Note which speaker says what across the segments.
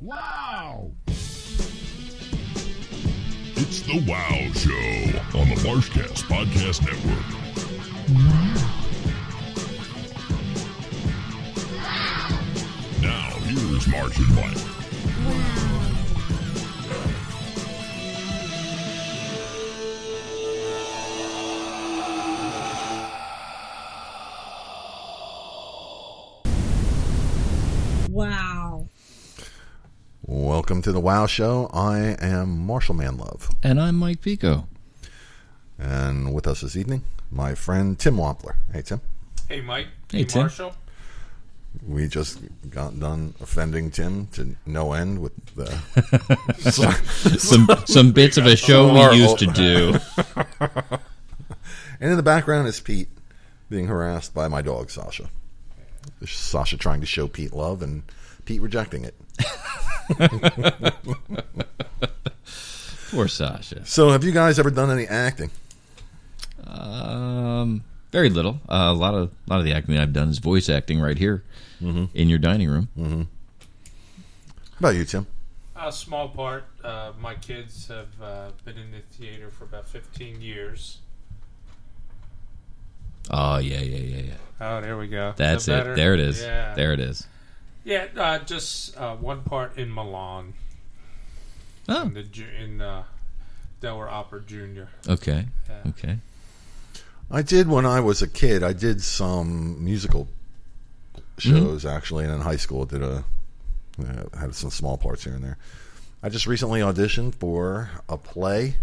Speaker 1: Wow! It's the Wow Show on the Marshcast Podcast Network. Now, here's Marsh and Mike.
Speaker 2: Wow.
Speaker 3: Welcome to the WoW Show. I am Marshall Manlove,
Speaker 4: And I'm Mike Pico.
Speaker 3: and with us this evening, my friend Tim Wampler. Hey, Tim.
Speaker 5: Hey, Mike.
Speaker 4: Hey, Tim.
Speaker 5: Marshall.
Speaker 3: We just got done offending Tim to no end with the. So-
Speaker 4: Some some bits of a show we
Speaker 3: Horrible.
Speaker 4: used to do.
Speaker 3: and in the background is Pete being harassed by my dog Sasha. Sasha trying to show Pete love and Pete rejecting it.
Speaker 4: Poor Sasha.
Speaker 3: So, have you guys ever done any acting?
Speaker 4: Um, very little. Uh, a lot of a lot of the acting that I've done is voice acting right here
Speaker 5: Mm-hmm.
Speaker 4: in your dining room.
Speaker 5: Mm.
Speaker 3: How about you, Tim?
Speaker 5: A small part. Uh, my kids have uh, been in the theater for about 15 years.
Speaker 4: Oh yeah, yeah, yeah, yeah.
Speaker 5: Oh, there we go.
Speaker 4: That's
Speaker 5: The
Speaker 4: it.
Speaker 5: better-
Speaker 4: There it is.
Speaker 5: Yeah.
Speaker 4: There it is.
Speaker 5: Yeah. Uh, just uh, one part in Milan
Speaker 4: Oh,
Speaker 5: in the ju- in uh, Delaware Opera Junior.
Speaker 4: okay,
Speaker 5: Yeah.
Speaker 4: okay.
Speaker 3: I did when I was a kid. I did some musical shows actually, and in high school did a uh, had some small parts here and there. I just recently auditioned for a play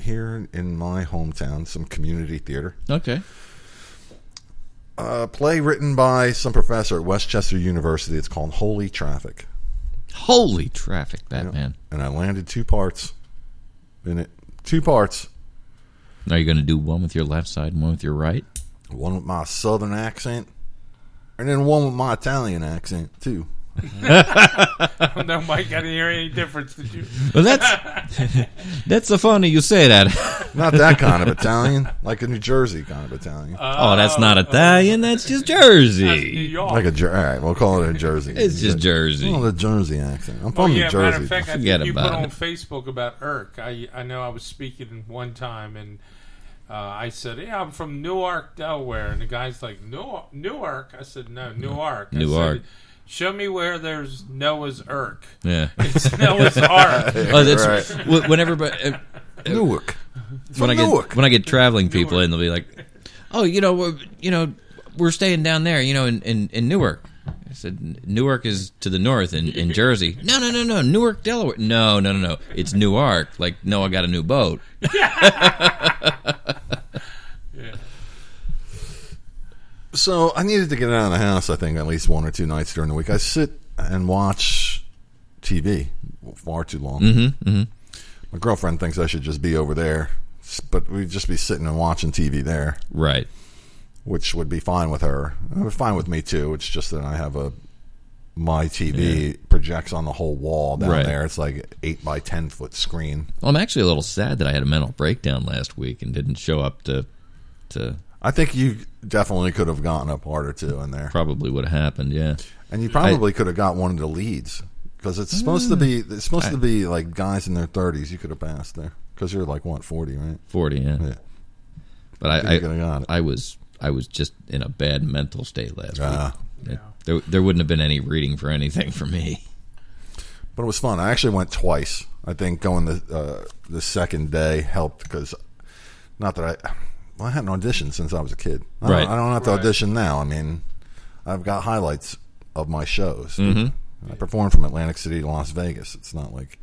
Speaker 3: here in my hometown, some community theater.
Speaker 4: Okay.
Speaker 3: A play written by some professor at Westchester University. It's called Holy Traffic,
Speaker 4: Holy traffic, Batman.
Speaker 3: and I landed two parts in it. Two parts.
Speaker 4: Are you going to do one with your left side and one with your right?
Speaker 3: One with my southern accent, and then one with my Italian accent too.
Speaker 5: no, Mike, I didn't hear any difference. Did you?
Speaker 4: Well, that's that's so funny you say that.
Speaker 3: Not that kind of Italian, like a New Jersey kind of Italian,
Speaker 4: Oh, that's not Italian. That's just
Speaker 5: That's New
Speaker 4: Jersey.
Speaker 5: York.
Speaker 3: like a Jer- all right. We'll call it a Jersey.
Speaker 4: It's just Jersey.
Speaker 3: Oh, the Jersey accent. I'm
Speaker 5: Oh,
Speaker 3: from
Speaker 5: yeah,
Speaker 3: New
Speaker 5: matter
Speaker 3: Jersey.
Speaker 5: of fact, I
Speaker 4: Forget
Speaker 5: think you put
Speaker 4: about
Speaker 5: on
Speaker 4: it.
Speaker 5: Facebook about Irk. I I know I was speaking one time and uh, I said, "Yeah, I'm from Newark, Delaware," and the guy's like, "Newark?" Newark? I said, "No, Newark." I
Speaker 4: Mm-hmm.
Speaker 5: said,
Speaker 4: Newark.
Speaker 5: Show me where there's Noah's Irk.
Speaker 4: Yeah.
Speaker 5: It's Noah's Ark.
Speaker 4: Oh, that's wh- whenever. but, uh,
Speaker 3: Newark.
Speaker 4: when I
Speaker 3: Newark.
Speaker 4: get when I get traveling people in, they'll be like, "Oh, you know, we're, you know, we're staying down there, you know, in, in, in Newark." I said, "Newark is to the north in, in Jersey." No, no, no, no, Newark, Delaware. No, no, no, no, it's Newark. Like, no, I got a new boat.
Speaker 3: So I needed to get out of the house. I think at least one or two nights during the week. I sit and watch TV far too long. Mm-hmm, My girlfriend thinks I should just be over there, s- but we'd just be sitting and watching TV there,
Speaker 4: Right.
Speaker 3: which would be fine with her. Uh, Fine with me too. It's just that I have a my TV projects on the whole wall down
Speaker 4: Right.
Speaker 3: there. It's like eight by ten foot screen.
Speaker 4: Well, I'm actually a little sad that I had a mental breakdown last week and didn't show up to to
Speaker 3: I think you definitely could have gotten a part or two in there,
Speaker 4: probably what happened. Yeah.
Speaker 3: and you probably could have got one of the leads because it's supposed to be
Speaker 4: Mm.
Speaker 3: it's supposed to be like guys in their thirties. You could have passed there because you're like what forty, right?
Speaker 4: 40 yeah,
Speaker 3: Yeah.
Speaker 4: but
Speaker 3: Think
Speaker 4: I
Speaker 3: you could've got
Speaker 4: I,
Speaker 3: it.
Speaker 4: I was I was just in a bad mental state last
Speaker 3: Ah.
Speaker 4: week there, there wouldn't have been any reading for anything for me
Speaker 3: But it was fun. I actually went twice. I think going the uh, the second day helped because not that I well, I hadn't auditioned since I was a kid. I
Speaker 4: Right.
Speaker 3: Don't, I don't have to
Speaker 5: Right.
Speaker 3: audition now. I mean, I've got highlights of my shows.
Speaker 4: Mm-hmm.
Speaker 3: I performed from Atlantic City to Las Vegas. It's not like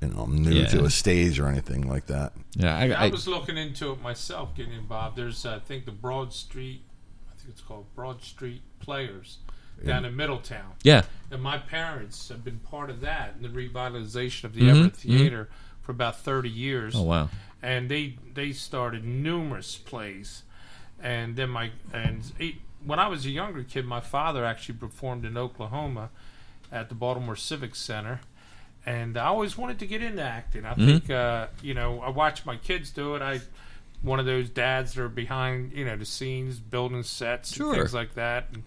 Speaker 3: you know I'm new
Speaker 4: Yeah.
Speaker 3: to a stage or anything like that.
Speaker 4: yeah I,
Speaker 5: I
Speaker 4: I,
Speaker 5: was looking into it myself, getting involved. There's, I think, the Broad Street. I think it's called Broad Street Players down in Middletown.
Speaker 4: yeah
Speaker 5: And my parents have been part of that and the revitalization of the Everett Theater for about 30 years.
Speaker 4: Mm-hmm. oh wow
Speaker 5: And they they started numerous plays. And then my and it, when I was a younger kid, my father actually performed in Oklahoma at the Baltimore Civic Center. And I always wanted to get into acting.
Speaker 4: Mm-hmm.
Speaker 5: I think uh, you know I watched my kids do it. I one of those dads that are behind you know the scenes, building sets,
Speaker 4: Sure.
Speaker 5: and things like that. And,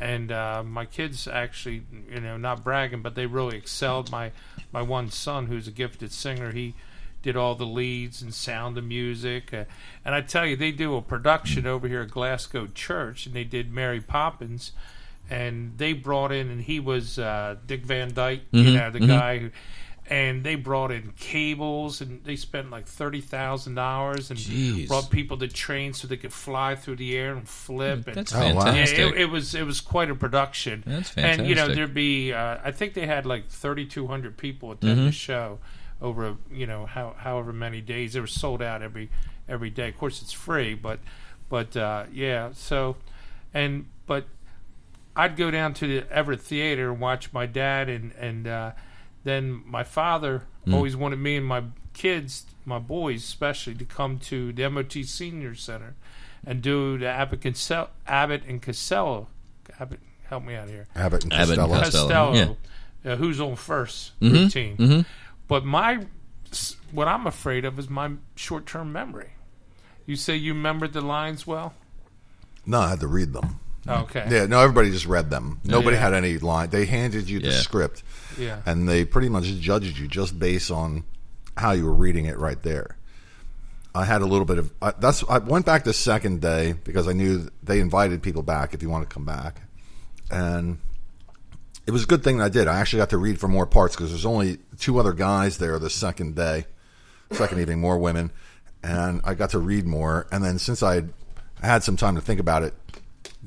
Speaker 5: and uh, my kids actually, you know, not bragging, but they really excelled. My my one son, who's a gifted singer, he did all the leads and sound and music. Uh, and I tell you, they do a production over here at Glasgow Church, and they did Mary Poppins. And they brought in, and he was uh, Dick Van Dyke, you know, the guy who. And they brought in cables, and they spent like thirty thousand dollars, and
Speaker 4: Jeez.
Speaker 5: brought people to train so they could fly through the air and flip. and
Speaker 4: That's
Speaker 3: Oh, wow.
Speaker 5: yeah,
Speaker 4: fantastic.
Speaker 5: it, it was it was quite a production.
Speaker 4: That's
Speaker 5: And you know
Speaker 4: fantastic.
Speaker 5: there'd be uh, I think they had like 3,200 people attend
Speaker 4: Mm-hmm.
Speaker 5: the show over you know how, however many days they were sold out every every day. Of course, it's free, but but uh, yeah. So and but I'd go down to the Everett Theater and watch my dad and and uh, then my father
Speaker 4: Hmm.
Speaker 5: always wanted me and my kids, my boys especially, to come to the MOT Senior Center and do the Abbott, Cassell, Abbott and Costello. Abbott, help me out here.
Speaker 3: Abbott and
Speaker 4: Abbott and
Speaker 3: Costello.
Speaker 4: Costello. Mm-hmm,
Speaker 5: uh, who's on 1st routine. But my s- what I'm afraid of is my short-term memory. You say you remembered the lines well.
Speaker 3: No, I had to read them.
Speaker 5: Okay.
Speaker 3: Yeah, no, everybody just read them. Nobody
Speaker 5: Yeah.
Speaker 3: had any line. They handed you the
Speaker 4: Yeah.
Speaker 3: script,
Speaker 5: Yeah.
Speaker 3: and they pretty much judged you just based on how you were reading it right there. I had a little bit of I, that's. I went back the second day because I knew they invited people back if you want to come back, and it was a good thing that I did. I actually got to read for more parts because there's only two other guys there the second day, second evening, more women, and I got to read more. And then since I had, I had some time to think about it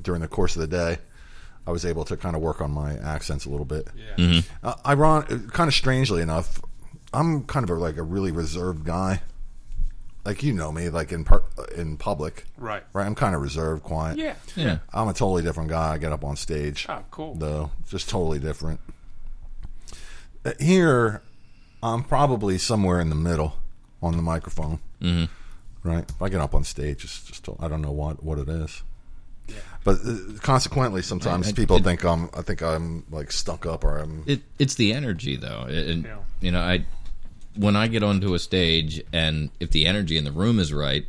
Speaker 3: during the course of the day, I was able to kind of work on my accents a little bit. Yeah. Uh, iron, kind of strangely enough, I'm kind of a, like a really reserved guy. Like you know me, like in per, in public,
Speaker 5: Right.
Speaker 3: right? I'm kind of reserved, quiet.
Speaker 5: Yeah.
Speaker 4: Yeah.
Speaker 3: I'm a totally different guy. I get up on stage
Speaker 5: Oh, cool.
Speaker 3: though. Just totally different. Uh, Here, I'm probably somewhere in the middle on the microphone. Mm-hmm. Right? If I get up on stage, it's just I don't know what what it is. But uh, consequently, sometimes
Speaker 4: I- I-
Speaker 3: people
Speaker 4: it-
Speaker 3: think I'm I think I'm like stunk up or I'm
Speaker 4: it it's the energy though It- and
Speaker 5: Yeah.
Speaker 4: you know i when i get onto a stage and if the energy in the room is right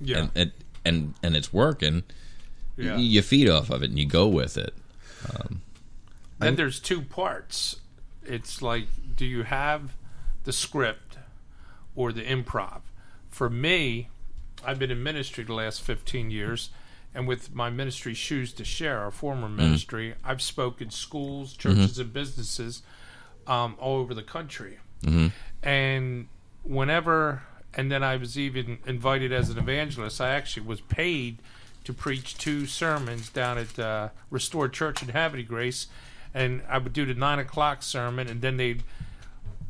Speaker 5: Yeah.
Speaker 4: and and and, and it's working
Speaker 5: yeah.
Speaker 4: y- you feed off of it and you go with it
Speaker 5: Then there's two parts. It's like, do you have the script or the improv? For me, I've been in ministry the last 15 years, and with my ministry, Shoes to Share, our former ministry, I've spoken schools, churches, and businesses um, all over the country. And whenever, and then I was even invited as an evangelist, I actually was paid to preach two sermons down at uh, Restored Church in Havity Grace. And I would do the nine o'clock sermon, and then they'd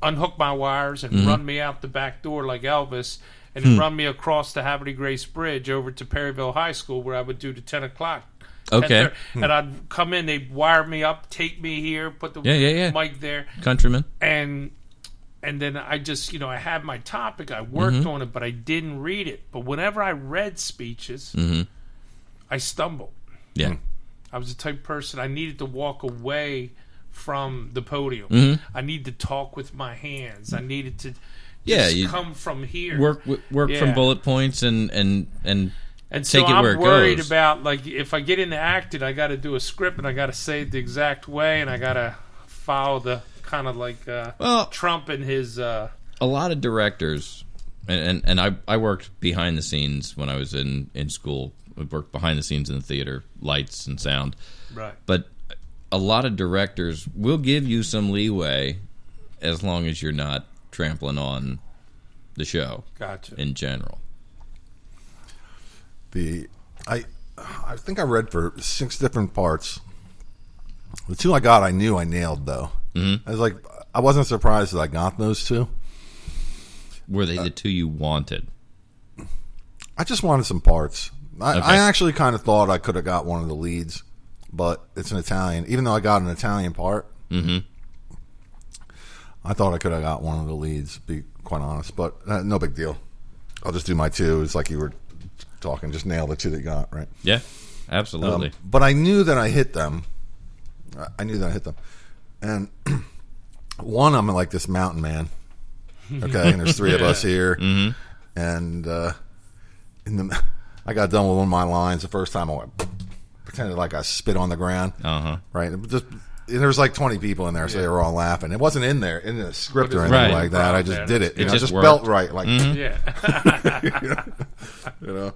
Speaker 5: unhook my wires and
Speaker 4: Mm-hmm.
Speaker 5: run me out the back door like Elvis and
Speaker 4: Hmm.
Speaker 5: then run me across the Haverty Grace Bridge over to Perryville High School where I would do the 10 o'clock.
Speaker 4: Okay. Hmm.
Speaker 5: And, there- and I'd come in, they'd wire me up, take me here, put the
Speaker 4: Yeah, yeah, yeah.
Speaker 5: mic there.
Speaker 4: countrymen
Speaker 5: And and then I just, you know, I had my topic, I worked
Speaker 4: Mm-hmm.
Speaker 5: on it, but I didn't read it. But whenever I read speeches,
Speaker 4: Mm-hmm.
Speaker 5: I stumbled.
Speaker 4: yeah
Speaker 5: Mm. I was the type of person I needed to walk away from the podium.
Speaker 4: Mm-hmm.
Speaker 5: I need to talk with my hands. I needed to
Speaker 4: Yeah,
Speaker 5: just
Speaker 4: you-
Speaker 5: come from here.
Speaker 4: work wi- work
Speaker 5: Yeah.
Speaker 4: from bullet points and and and
Speaker 5: and
Speaker 4: take it
Speaker 5: so I'm
Speaker 4: where it
Speaker 5: worried
Speaker 4: goes.
Speaker 5: about like if I get into acting, I got to do a script and I got to say it the exact way and I got to follow the kind of like uh,
Speaker 4: Well-
Speaker 5: Trump and his uh,
Speaker 4: a lot of directors and, and, and I, I worked behind the scenes when I was in, in school. I worked behind the scenes in the theater, lights and sound.
Speaker 5: right.
Speaker 4: But a lot of directors will give you some leeway as long as you're not trampling on the show
Speaker 5: Gotcha.
Speaker 4: in general.
Speaker 3: the I I think I read for six different parts. The two I got, I knew I nailed though. Mm-hmm. I was like, I wasn't surprised that I got those two.
Speaker 4: Were they the two you wanted?
Speaker 3: I just wanted some parts. I,
Speaker 4: Okay.
Speaker 3: I actually kind of thought I could have got one of the leads, but it's an Italian. Even though I got an Italian part, mm-hmm. I thought I could have got one of the leads. to Be quite honest, but uh, no big deal. I'll just do my two. It's like you were talking. Just nail the two that you got right.
Speaker 4: Yeah, absolutely.
Speaker 3: Um, but I knew that I hit them. I- I knew that I hit them. And one, I'm like this mountain man. Okay, and there's three of us here,
Speaker 4: Mm-hmm.
Speaker 3: and uh, in the, I got done with one of my lines the first time. I went, pretended like I spit on the ground.
Speaker 4: Uh huh.
Speaker 3: right? It was Just and there was like twenty people in there, so they were all laughing. It wasn't in there in the script or
Speaker 5: But it's
Speaker 3: anything
Speaker 4: right.
Speaker 3: like that. I
Speaker 5: Right,
Speaker 3: just
Speaker 5: man.
Speaker 3: did it.
Speaker 4: It
Speaker 3: You know,
Speaker 4: just
Speaker 3: just
Speaker 4: worked.
Speaker 3: felt
Speaker 4: Mm-hmm.
Speaker 3: right, like
Speaker 5: Yeah.
Speaker 3: you know.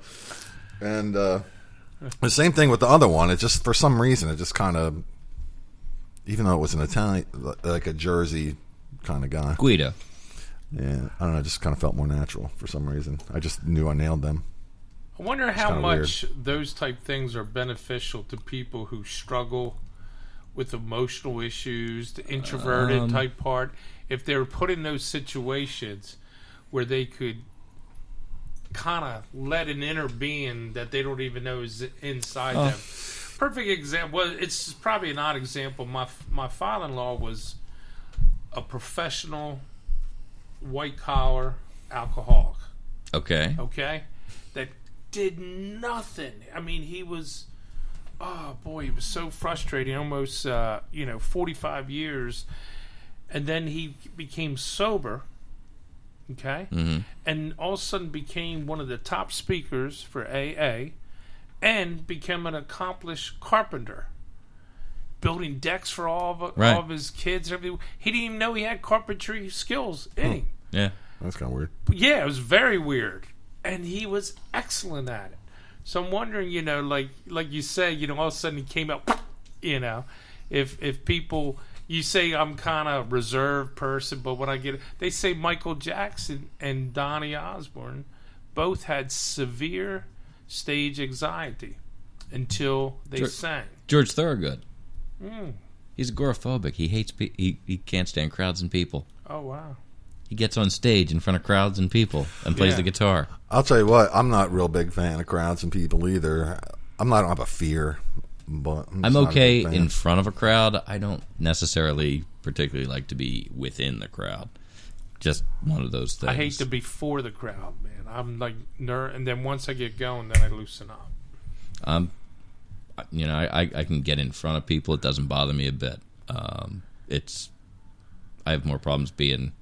Speaker 3: And uh, the same thing with the other one. It just for some reason it just kind of, even though it was an Italian, like a Jersey kind of guy.
Speaker 4: Guido.
Speaker 3: Yeah, I don't know. It just kind of felt more natural for some reason. I just knew I nailed them.
Speaker 5: I wonder how
Speaker 3: kinda
Speaker 5: much those type things are beneficial to people who struggle with emotional issues, the introverted type part. If they're put in those situations where they could kind of let an inner being that they don't even know is inside them. Perfect example. Well, it's probably an odd example. My my father-in-law was a professional white collar alcoholic
Speaker 4: Okay.
Speaker 5: okay, that did nothing. I mean, he was, oh boy, he was so frustrating. Almost, uh, you know, 45 years. And then he became sober, okay,
Speaker 4: Mm-hmm.
Speaker 5: and all of a sudden became one of the top speakers for AA and became an accomplished carpenter. Building decks for all of,
Speaker 4: Right.
Speaker 5: all of his kids, everything. He didn't even know he had carpentry skills in him.
Speaker 4: Yeah.
Speaker 3: That's kind of weird.
Speaker 5: Yeah, it was very weird, and he was excellent at it. So I'm wondering, you know, like like you say, you know, all of a sudden he came out, you know, if if people you say I'm kind of reserved person, but when I get they say Michael Jackson and Donny Osborne both had severe stage anxiety until they
Speaker 4: Sure.
Speaker 5: sang.
Speaker 4: George Thorogood. He's agoraphobic. He hates. Pe- he he can't stand crowds and people.
Speaker 5: Oh wow,
Speaker 4: He gets on stage in front of crowds and people and plays
Speaker 5: Yeah.
Speaker 4: the guitar.
Speaker 3: I'll tell you what. I'm not a real big fan of crowds and people either. I'm not. I don't have a fear, but I'm, just
Speaker 4: I'm
Speaker 3: not a
Speaker 4: okay
Speaker 3: big fan.
Speaker 4: in front of a crowd. I don't necessarily particularly like to be within the crowd. Just one of those things.
Speaker 5: I hate to be for the crowd, man. I'm like ner, and then once I get going, then I loosen up.
Speaker 4: Um, you know, I, I, I can get in front of people. It doesn't bother me a bit. Um, it's I have more problems being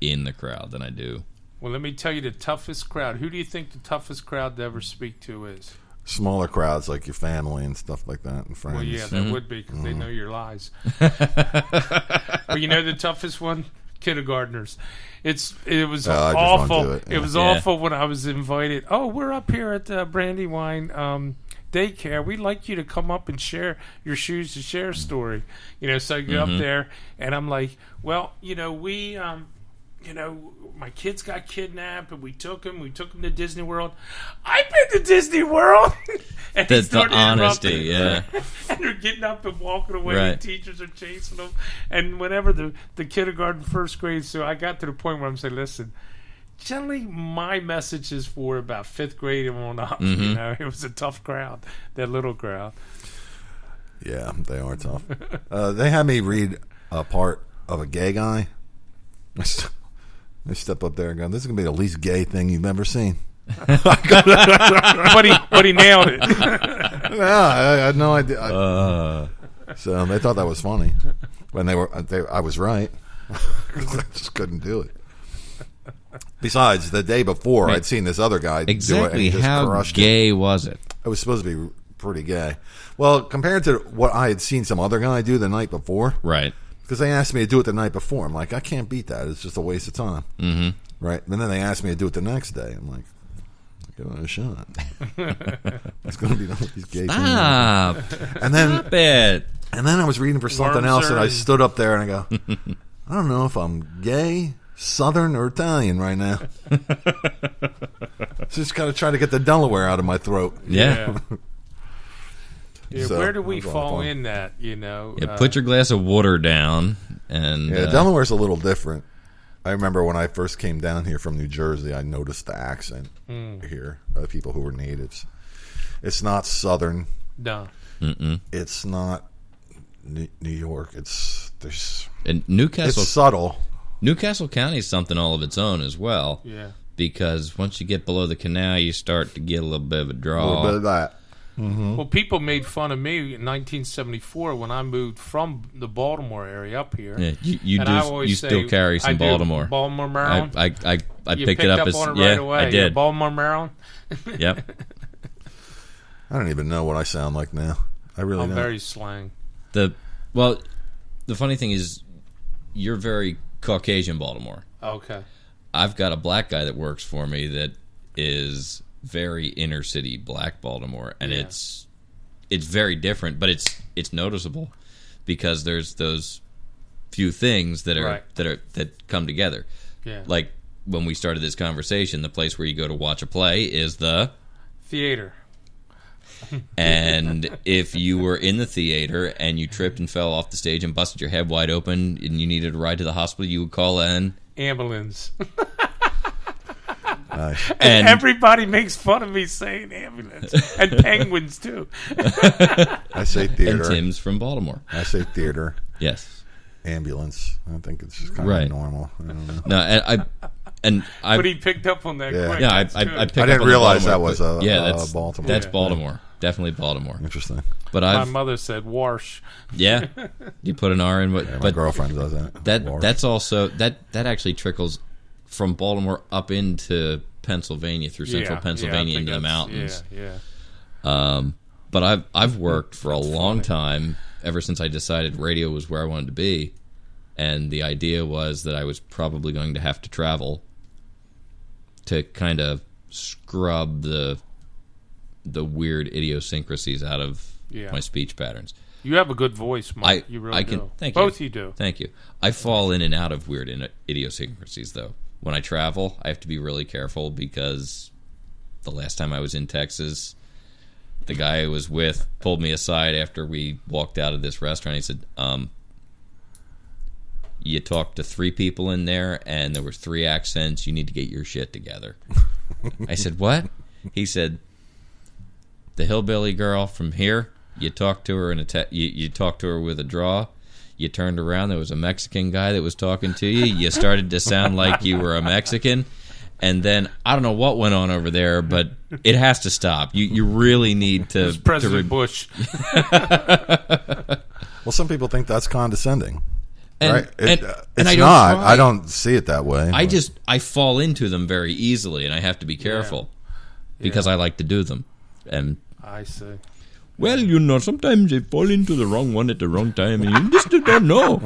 Speaker 4: in the crowd than I do.
Speaker 5: Well, let me tell you the toughest crowd. Who do you think the toughest crowd to ever speak to is?
Speaker 3: smaller crowds like your family and stuff like that and friends. Mm-hmm.
Speaker 5: Well, yeah,
Speaker 4: Mm-hmm.
Speaker 5: that would be because they know your lies. but you know the toughest one, kindergartners. It's it was
Speaker 3: Oh, I just won't do
Speaker 5: awful.
Speaker 3: it,
Speaker 5: It,
Speaker 3: yeah.
Speaker 5: was
Speaker 4: Yeah.
Speaker 5: awful when I was invited. Oh, we're up here at the Brandywine um, daycare. We'd like you to come up and share your shoes to share
Speaker 4: Mm-hmm.
Speaker 5: story. You know, so I go up there and I'm like, well, you know, we. Um, you know, my kids got kidnapped, and we took them. We took them to Disney World. I've been to Disney World. and he
Speaker 4: That's the
Speaker 5: started
Speaker 4: honesty.
Speaker 5: interrupting
Speaker 4: Yeah,
Speaker 5: and they're getting up and walking away.
Speaker 4: Right.
Speaker 5: And teachers are chasing them. And whenever the, the kindergarten, first grade, so I got to the point where I'm saying, listen, generally my message is for about fifth grade and on up.
Speaker 4: Mm-hmm.
Speaker 5: You know, it was a tough crowd, that little crowd.
Speaker 3: Yeah, they are tough. uh, they had me read a part of a gay guy. I st- I step up there and go, "This is gonna be the least gay thing you've ever seen."
Speaker 5: But he, but he nailed it.
Speaker 3: yeah, I, I had no idea. I-
Speaker 4: Uh.
Speaker 3: So um, they thought that was funny when they were. uh, They, I was right. I just couldn't do it. Besides, the day before, I'd seen this other guy do it, and
Speaker 4: exactly.
Speaker 3: he just
Speaker 4: How
Speaker 3: crushed it.
Speaker 4: gay was it?
Speaker 3: It was supposed to be pretty gay. Well, compared to what I had seen some other guy do the night before,
Speaker 4: Right.
Speaker 3: because they asked me to do it the night before. I'm like, I can't beat that. It's just a waste of time. Mm-hmm. Right. And then they asked me to do it the next day. I'm like, give it a shot. That's going to be the these gay thing.
Speaker 4: Ah,
Speaker 3: And then,
Speaker 4: stop it.
Speaker 3: and then I was reading for something
Speaker 5: Worms
Speaker 3: else, and
Speaker 5: are
Speaker 3: I
Speaker 5: in.
Speaker 3: stood up there and I go, I don't know if I'm gay, Southern, or Italian right now. just kind of trying to get the Delaware out of my throat.
Speaker 4: Yeah.
Speaker 5: Yeah,
Speaker 3: So,
Speaker 5: where do we
Speaker 3: that was
Speaker 5: fall
Speaker 3: awful.
Speaker 5: in that, you know?
Speaker 4: Yeah,
Speaker 5: Uh,
Speaker 4: put your glass of water down and
Speaker 3: Yeah,
Speaker 4: uh,
Speaker 3: Delaware's a little different. I remember when I first came down here from New Jersey, I noticed the accent
Speaker 5: Hmm.
Speaker 3: here of the people who were natives. It's not Southern.
Speaker 5: no.
Speaker 3: It's not New New York. It's there's
Speaker 4: and
Speaker 3: it's
Speaker 4: Newcastle.
Speaker 3: subtle.
Speaker 4: Newcastle County is something all of its own as well.
Speaker 5: Yeah.
Speaker 4: Because once you get below the canal, you start to get a little bit of a
Speaker 3: A
Speaker 4: draw.
Speaker 3: little bit
Speaker 5: Oh.
Speaker 3: of that.
Speaker 4: Mm-hmm.
Speaker 5: Well, people made fun of me in 1974 when I moved from the Baltimore area up here.
Speaker 4: Yeah, you, you
Speaker 5: And
Speaker 4: do.
Speaker 5: I always
Speaker 4: you
Speaker 5: say
Speaker 4: still carry
Speaker 5: I
Speaker 4: some
Speaker 5: do.
Speaker 4: Baltimore.
Speaker 5: Baltimore,
Speaker 4: I,
Speaker 5: Maryland.
Speaker 4: I, I, I
Speaker 5: you
Speaker 4: picked it up, as
Speaker 5: on it
Speaker 4: yeah,
Speaker 5: right away.
Speaker 4: I did.
Speaker 5: Baltimore, Maryland.
Speaker 4: Yep.
Speaker 3: I don't even know what I sound like now. I really
Speaker 5: I'm
Speaker 3: don't.
Speaker 5: very slang.
Speaker 4: The well, the funny thing is, you're very Caucasian Baltimore.
Speaker 5: Okay.
Speaker 4: I've got a black guy that works for me that is very inner city black Baltimore, and
Speaker 5: Yeah.
Speaker 4: it's it's very different, but it's it's noticeable because there's those few things that are
Speaker 5: Right.
Speaker 4: that are that come together.
Speaker 5: Yeah.
Speaker 4: Like when we started this conversation, the place where you go to watch a play is the
Speaker 5: theater.
Speaker 4: and if you were in the theater and you tripped and fell off the stage and busted your head wide open and you needed a ride to the hospital, you would call in
Speaker 5: Ambulance.
Speaker 3: Nice.
Speaker 4: and
Speaker 5: Everybody makes fun of me saying ambulance. And penguins too.
Speaker 3: I say
Speaker 4: and
Speaker 3: theater.
Speaker 4: Tim's from Baltimore.
Speaker 3: I say theater.
Speaker 4: Yes.
Speaker 3: Ambulance. I think it's just kind
Speaker 4: Right.
Speaker 3: of normal. I don't know.
Speaker 4: No, and I and I
Speaker 5: But he picked up on that
Speaker 3: Yeah.
Speaker 5: quick.
Speaker 4: yeah, I, I,
Speaker 5: That's
Speaker 4: I, picked
Speaker 5: good.
Speaker 3: I
Speaker 4: up
Speaker 3: didn't
Speaker 4: on the
Speaker 3: realize
Speaker 4: Baltimore,
Speaker 3: that
Speaker 4: but-
Speaker 3: was, uh,
Speaker 4: yeah,
Speaker 3: uh,
Speaker 4: that's
Speaker 3: Baltimore.
Speaker 4: That's
Speaker 3: Yeah.
Speaker 4: Baltimore, definitely Baltimore.
Speaker 3: Interesting.
Speaker 4: But
Speaker 5: My
Speaker 4: I've
Speaker 5: mother said Warsh.
Speaker 4: yeah, you put an R in, but,
Speaker 3: My
Speaker 4: but
Speaker 3: girlfriend does that.
Speaker 4: that
Speaker 3: Lord.
Speaker 4: that's also that that actually trickles from Baltimore up into Pennsylvania through
Speaker 5: Yeah,
Speaker 4: central
Speaker 5: yeah, I
Speaker 4: Pennsylvania
Speaker 5: think
Speaker 4: into the
Speaker 5: that's-
Speaker 4: mountains.
Speaker 5: Yeah, yeah.
Speaker 4: but I've I've worked for a long time ever since I decided radio was where I wanted to be, and the idea was that I was probably going to have to travel to kind of scrub the the weird idiosyncrasies out of
Speaker 5: Yeah.
Speaker 4: my speech patterns.
Speaker 5: You have a good voice,
Speaker 4: I-
Speaker 5: Mike. you really
Speaker 4: I can-
Speaker 5: do.
Speaker 4: thank you.
Speaker 5: Both you do.
Speaker 4: Thank you. I fall in and out of weird in- idiosyncrasies though. When I travel, I have to be really careful because the last time I was in Texas, the guy I was with pulled me aside after we walked out of this restaurant. He said, um, "You talked to three people in there, and there was three accents. You need to get your shit together." I said, "What?" He said, "The hillbilly girl from here. You talked to her in a te- you, you talked to her with a draw." You turned around. There was a Mexican guy that was talking to you. You started to sound like you were a Mexican, and then I don't know what went on over there, but it has to stop. You you really need to
Speaker 5: It's President
Speaker 4: to re-
Speaker 5: Bush.
Speaker 3: well, some people think that's condescending,
Speaker 4: and,
Speaker 3: right? It,
Speaker 4: and-
Speaker 3: uh, it's
Speaker 4: and I don't
Speaker 3: not.
Speaker 4: try.
Speaker 3: I don't see it that way.
Speaker 4: I
Speaker 3: but-
Speaker 4: just I fall into them very easily, and I have to be careful because I like to do them. And
Speaker 5: I see.
Speaker 4: well, you know, sometimes I fall into the wrong one at the wrong time, and you just don't know.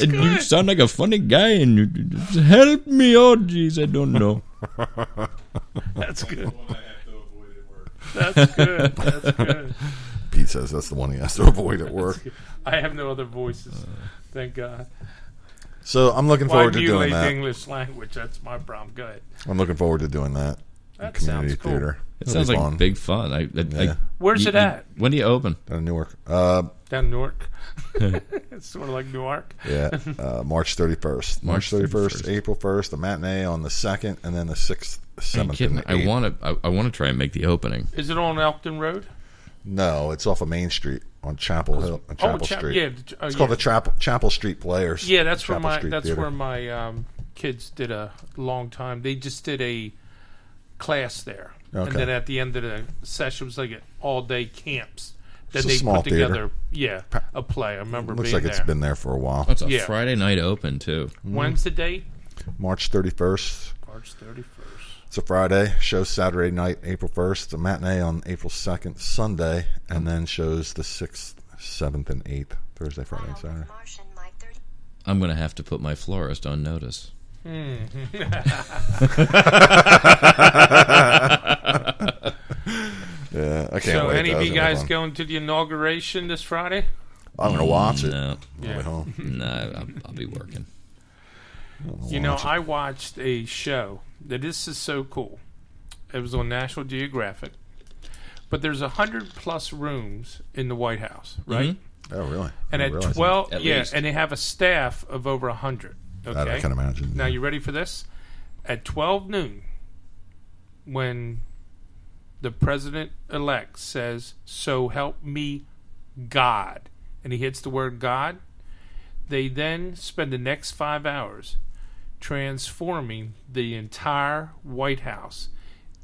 Speaker 4: and you sound like a funny guy, and you, you just, help me, oh jeez, I don't know.
Speaker 5: That's good.
Speaker 6: one I have to avoid at work.
Speaker 5: That's good. That's good.
Speaker 3: Pete says that's the one he has to avoid at work.
Speaker 5: I have no other voices. Thank God.
Speaker 3: So I'm looking
Speaker 5: Why
Speaker 3: Uh, forward to
Speaker 5: mutilate
Speaker 3: doing
Speaker 5: the
Speaker 3: that.
Speaker 5: English language? That's my problem. Go ahead.
Speaker 3: I'm looking forward to doing that.
Speaker 5: That
Speaker 3: Community
Speaker 5: sounds cool.
Speaker 3: theater.
Speaker 4: It
Speaker 3: It'll
Speaker 4: sounds
Speaker 3: be
Speaker 4: like
Speaker 3: fun.
Speaker 4: big fun. I, I,
Speaker 3: Yeah.
Speaker 4: I,
Speaker 5: Where's
Speaker 4: you-
Speaker 5: it
Speaker 4: you-
Speaker 5: at?
Speaker 4: when do you open?
Speaker 3: Down in Newark. Uh,
Speaker 5: Down Newark. it's sort of like Newark.
Speaker 3: yeah, uh, March 31st. March
Speaker 4: March
Speaker 3: 31st, April 1st, the matinee on the 2nd, and then the 6th, 7th, and the 8th.
Speaker 4: I want to. I, I want to try and make the opening.
Speaker 5: Is it on Elkton Road?
Speaker 3: No, it's off of Main Street on Chapel Hill, on Chapel
Speaker 5: oh, Chap-
Speaker 3: Street.
Speaker 5: yeah. th- Oh,
Speaker 3: It's
Speaker 5: yeah.
Speaker 3: called the Chapel, Chapel Street Players.
Speaker 5: Yeah, that's where
Speaker 3: Chapel
Speaker 5: my
Speaker 3: Street
Speaker 5: that's
Speaker 3: Theater.
Speaker 5: where my um, kids did a long time. They just did a class there,
Speaker 3: Okay.
Speaker 5: and then at the end of the session it was like an all day camps. Then
Speaker 3: It's a
Speaker 5: they
Speaker 3: small
Speaker 5: put
Speaker 3: theater.
Speaker 5: together yeah a play. I remember
Speaker 3: Looks
Speaker 5: being
Speaker 3: like it's
Speaker 5: there.
Speaker 3: been there for a while.
Speaker 4: That's a
Speaker 5: Yeah.
Speaker 4: Friday night open too.
Speaker 5: When's the date?
Speaker 3: March 31st.
Speaker 5: March thirty first.
Speaker 3: It's a Friday. Show Saturday night, April 1st. The matinee on April 2nd, Sunday, and then shows the 6th, 7th, and 8th, Thursday, Friday, and Saturday.
Speaker 7: Martian Mike 30.
Speaker 4: I'm gonna have to put my florist on notice.
Speaker 3: Yeah, I can't
Speaker 5: So
Speaker 3: wait.
Speaker 5: any
Speaker 3: though.
Speaker 5: of
Speaker 3: It's gonna be
Speaker 5: you guys
Speaker 3: fun.
Speaker 5: going to the inauguration this Friday?
Speaker 3: I'm gonna watch
Speaker 5: Mm.
Speaker 3: it.
Speaker 4: No,
Speaker 3: I'll be home.
Speaker 4: no, I'll, I'll be working.
Speaker 5: You know, I watched a show that this is so cool. It was on National Geographic. But there's a hundred plus rooms in the White House, right?
Speaker 3: Oh, really?
Speaker 5: And
Speaker 3: I
Speaker 5: at
Speaker 3: didn't realize
Speaker 5: twelve,
Speaker 4: At
Speaker 5: yeah,
Speaker 4: least.
Speaker 5: and they have a staff of over a hundred. Okay,
Speaker 3: that. That I can imagine.
Speaker 5: now you ready for this? At twelve noon, when the president elect says, "So help me, God," and he hits the word God, they then spend the next five hours transforming the entire White House,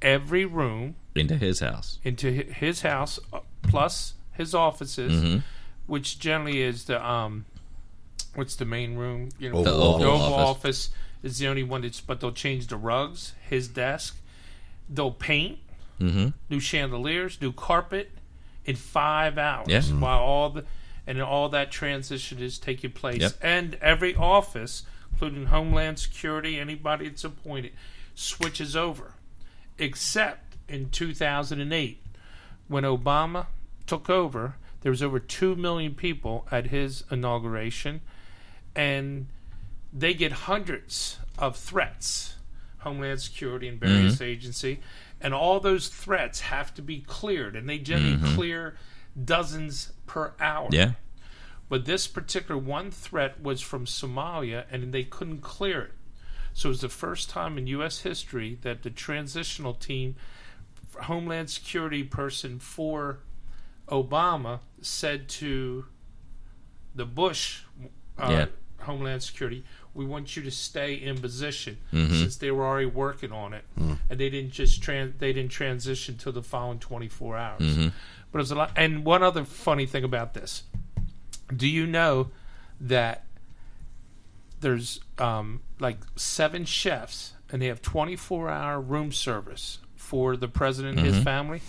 Speaker 5: every room,
Speaker 4: Into his house.
Speaker 5: into hi- his house uh, plus his offices,
Speaker 4: Mm-hmm.
Speaker 5: which generally is the um, what's the main room? You know,
Speaker 3: Oval
Speaker 5: the
Speaker 4: Oval
Speaker 5: Oval
Speaker 4: Office.
Speaker 5: office is the only one that's. But they'll change the rugs, his desk. They'll paint, new chandeliers, new carpet. in five hours
Speaker 4: Yeah. Mm.
Speaker 5: while all the and all that transition is taking place
Speaker 4: Yep.
Speaker 5: and every office including homeland security anybody that's appointed switches over except in 2008 when obama took over there was over 2 million people at his inauguration and they get hundreds of threats homeland security and various agency and all those threats have to be cleared and they generally clear dozens per hour
Speaker 4: Yeah.
Speaker 5: but this particular one threat was from somalia and they couldn't clear it so it was the first time in u.s history that the transitional team homeland security person for obama said to the bush uh,
Speaker 4: Yeah.
Speaker 5: Homeland Security, we want you to stay in position since they were already working on it, and they didn't just trans they didn't transition till the following 24 hours. But it was a lot. And one other funny thing about this: Do you know that there's um, like seven chefs, and they have 24 hour room service for the president and his family,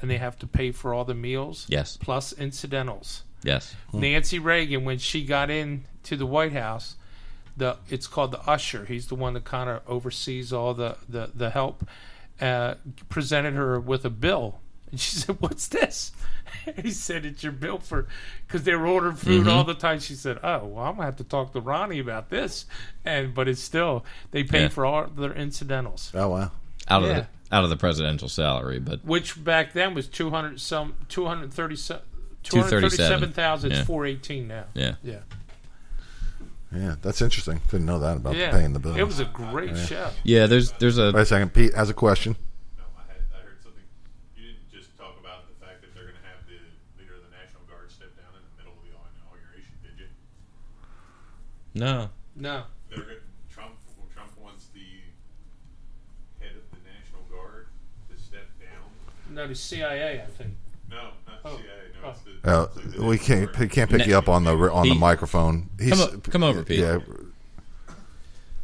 Speaker 5: and they have to pay for all the meals,
Speaker 4: Yes.
Speaker 5: plus incidentals.
Speaker 4: Yes.
Speaker 5: Nancy Reagan when she got in to the White House, the it's called the usher. He's the one that kind of oversees all the the the help. Uh, presented her with a bill, and she said, "What's this?" he said, "It's your bill for," because they were ordering food
Speaker 4: Mm-hmm.
Speaker 5: all the time. She said, "Oh, well, I'm gonna have to talk to Ronnie about this," and but it's still they pay
Speaker 4: Yeah.
Speaker 5: for all their incidentals,
Speaker 3: Oh wow.
Speaker 4: Out of
Speaker 5: Yeah.
Speaker 4: the out of the presidential salary, but
Speaker 5: which back then was two hundred some two hundred thirty seven. Two hundred
Speaker 4: 237.
Speaker 5: thirty-seven thousand
Speaker 4: Yeah.
Speaker 5: four eighteen now.
Speaker 4: yeah.
Speaker 5: Yeah.
Speaker 3: Yeah, that's interesting. Didn't know that about
Speaker 5: Yeah,
Speaker 3: paying the bills.
Speaker 5: It was a great show.
Speaker 4: Yeah, there's there's
Speaker 3: Wait
Speaker 4: a
Speaker 3: a second. Pete has a question.
Speaker 6: No, I had I heard something. You didn't just talk about the fact that they're going to have the leader of the National Guard step down in the middle of the inauguration, did you?
Speaker 4: no.
Speaker 5: No,
Speaker 6: They're gonna, Trump Trump wants the head of the National Guard to step down.
Speaker 5: no, the CIA. I think.
Speaker 6: No, not
Speaker 5: Oh.
Speaker 6: CIA. No, it's the,
Speaker 3: Uh,
Speaker 6: it's like the
Speaker 3: we
Speaker 6: National
Speaker 3: can't
Speaker 6: Guard.
Speaker 3: he can't pick you up on the on the
Speaker 4: Pete.
Speaker 3: microphone. He's,
Speaker 4: o- come over, Pete.
Speaker 3: Yeah,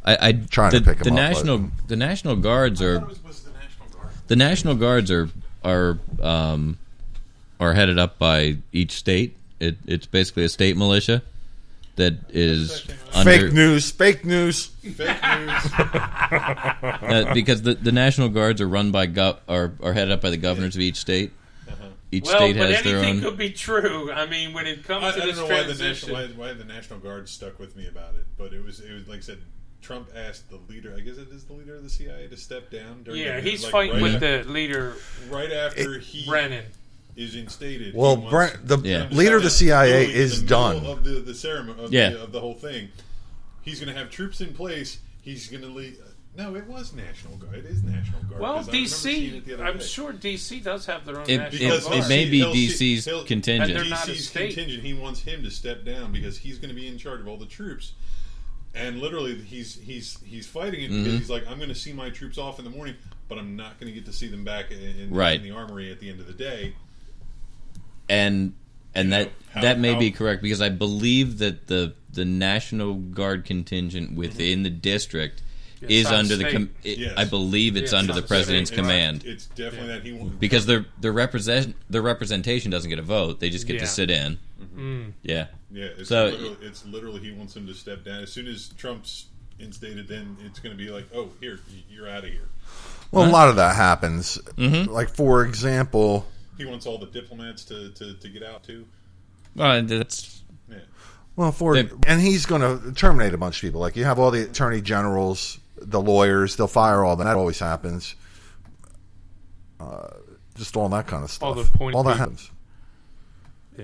Speaker 4: I, I
Speaker 3: Trying to
Speaker 4: the,
Speaker 3: pick 'em
Speaker 4: the
Speaker 3: up, but-
Speaker 4: national the national guards
Speaker 6: I
Speaker 4: are
Speaker 6: thought it was, was the National Guard.
Speaker 4: the national guards are are um, are headed up by each state. It, it's basically a state militia that is under
Speaker 3: fake news. Fake news.
Speaker 6: Fake news.
Speaker 4: uh, because the, the national guards are run by gov are are headed up by the governors of each state. Each
Speaker 5: Uh-huh. Well,
Speaker 4: state
Speaker 5: but
Speaker 4: has their
Speaker 5: anything
Speaker 4: own.
Speaker 5: could be true. I mean, when it comes
Speaker 6: I, I
Speaker 5: to
Speaker 6: don't
Speaker 5: this
Speaker 6: know why the
Speaker 5: transition,
Speaker 6: national why, why the National Guard stuck with me about it, but it was it was like I said. Trump asked the leader. I guess it is the leader of the CIA to step down. During
Speaker 5: yeah,
Speaker 6: the,
Speaker 5: he's
Speaker 6: like,
Speaker 5: fighting
Speaker 6: right
Speaker 5: with
Speaker 6: after,
Speaker 5: the leader
Speaker 6: right after he
Speaker 5: Brennan.
Speaker 6: is instated.
Speaker 3: Well,
Speaker 6: he wants-
Speaker 3: Brent, the
Speaker 4: Yeah.
Speaker 3: leader of the CIA
Speaker 6: Literally in
Speaker 3: is
Speaker 6: the
Speaker 3: done.
Speaker 6: middle Of the, the ceremony, of,
Speaker 4: Yeah.
Speaker 6: the, of the whole thing, he's going to have troops in place. He's going to leave. No, it was National Guard. It is National Guard.
Speaker 5: Well,
Speaker 6: 'cause I remember seeing it the
Speaker 5: DC.
Speaker 6: other
Speaker 5: I'm
Speaker 6: day.
Speaker 5: sure DC does have their own
Speaker 4: It-
Speaker 5: national
Speaker 6: Because
Speaker 5: guard.
Speaker 4: it may be
Speaker 6: he'll see-
Speaker 4: DC's
Speaker 6: he'll-
Speaker 4: contingent.
Speaker 5: And they're not a
Speaker 6: DC's
Speaker 5: state.
Speaker 6: contingent. He wants him to step down because he's going to be in charge of all the troops. And literally, he's he's he's fighting it
Speaker 4: Mm-hmm.
Speaker 6: because he's like, I'm going to see my troops off in the morning, but I'm not going to get to see them back in, in,
Speaker 4: Right.
Speaker 6: in the armory at the end of the day.
Speaker 4: and and that
Speaker 6: how-
Speaker 4: that may be
Speaker 6: how-
Speaker 4: correct because I believe that the the National Guard contingent within the district is
Speaker 5: it's not
Speaker 4: under the com-
Speaker 6: state.
Speaker 4: it-
Speaker 6: Yes.
Speaker 4: I believe it's
Speaker 5: Yeah, it's
Speaker 4: under
Speaker 5: not
Speaker 4: the
Speaker 5: state.
Speaker 4: president's
Speaker 6: It's-
Speaker 4: command
Speaker 6: It's definitely that he wants
Speaker 4: because their their represent their representation doesn't get a vote they just get
Speaker 5: Yeah.
Speaker 4: to sit in yeah
Speaker 6: Yeah, it's,
Speaker 4: So-
Speaker 6: literally, it's literally he wants him to step down. As soon as Trump's instated, then it's going to be like, oh, here, y- you're out of here.
Speaker 3: Well, a lot of that happens. Like for example,
Speaker 6: He wants all the diplomats to, to, to get out too.
Speaker 4: well that's
Speaker 6: Yeah.
Speaker 3: well, for
Speaker 4: They-
Speaker 3: and he's going to terminate a bunch of people. Like you have all the attorney generals, the lawyers, they'll fire all them. That always happens. Uh, just all that kind of stuff.
Speaker 5: All the appointed
Speaker 3: all that
Speaker 5: people.
Speaker 3: happens.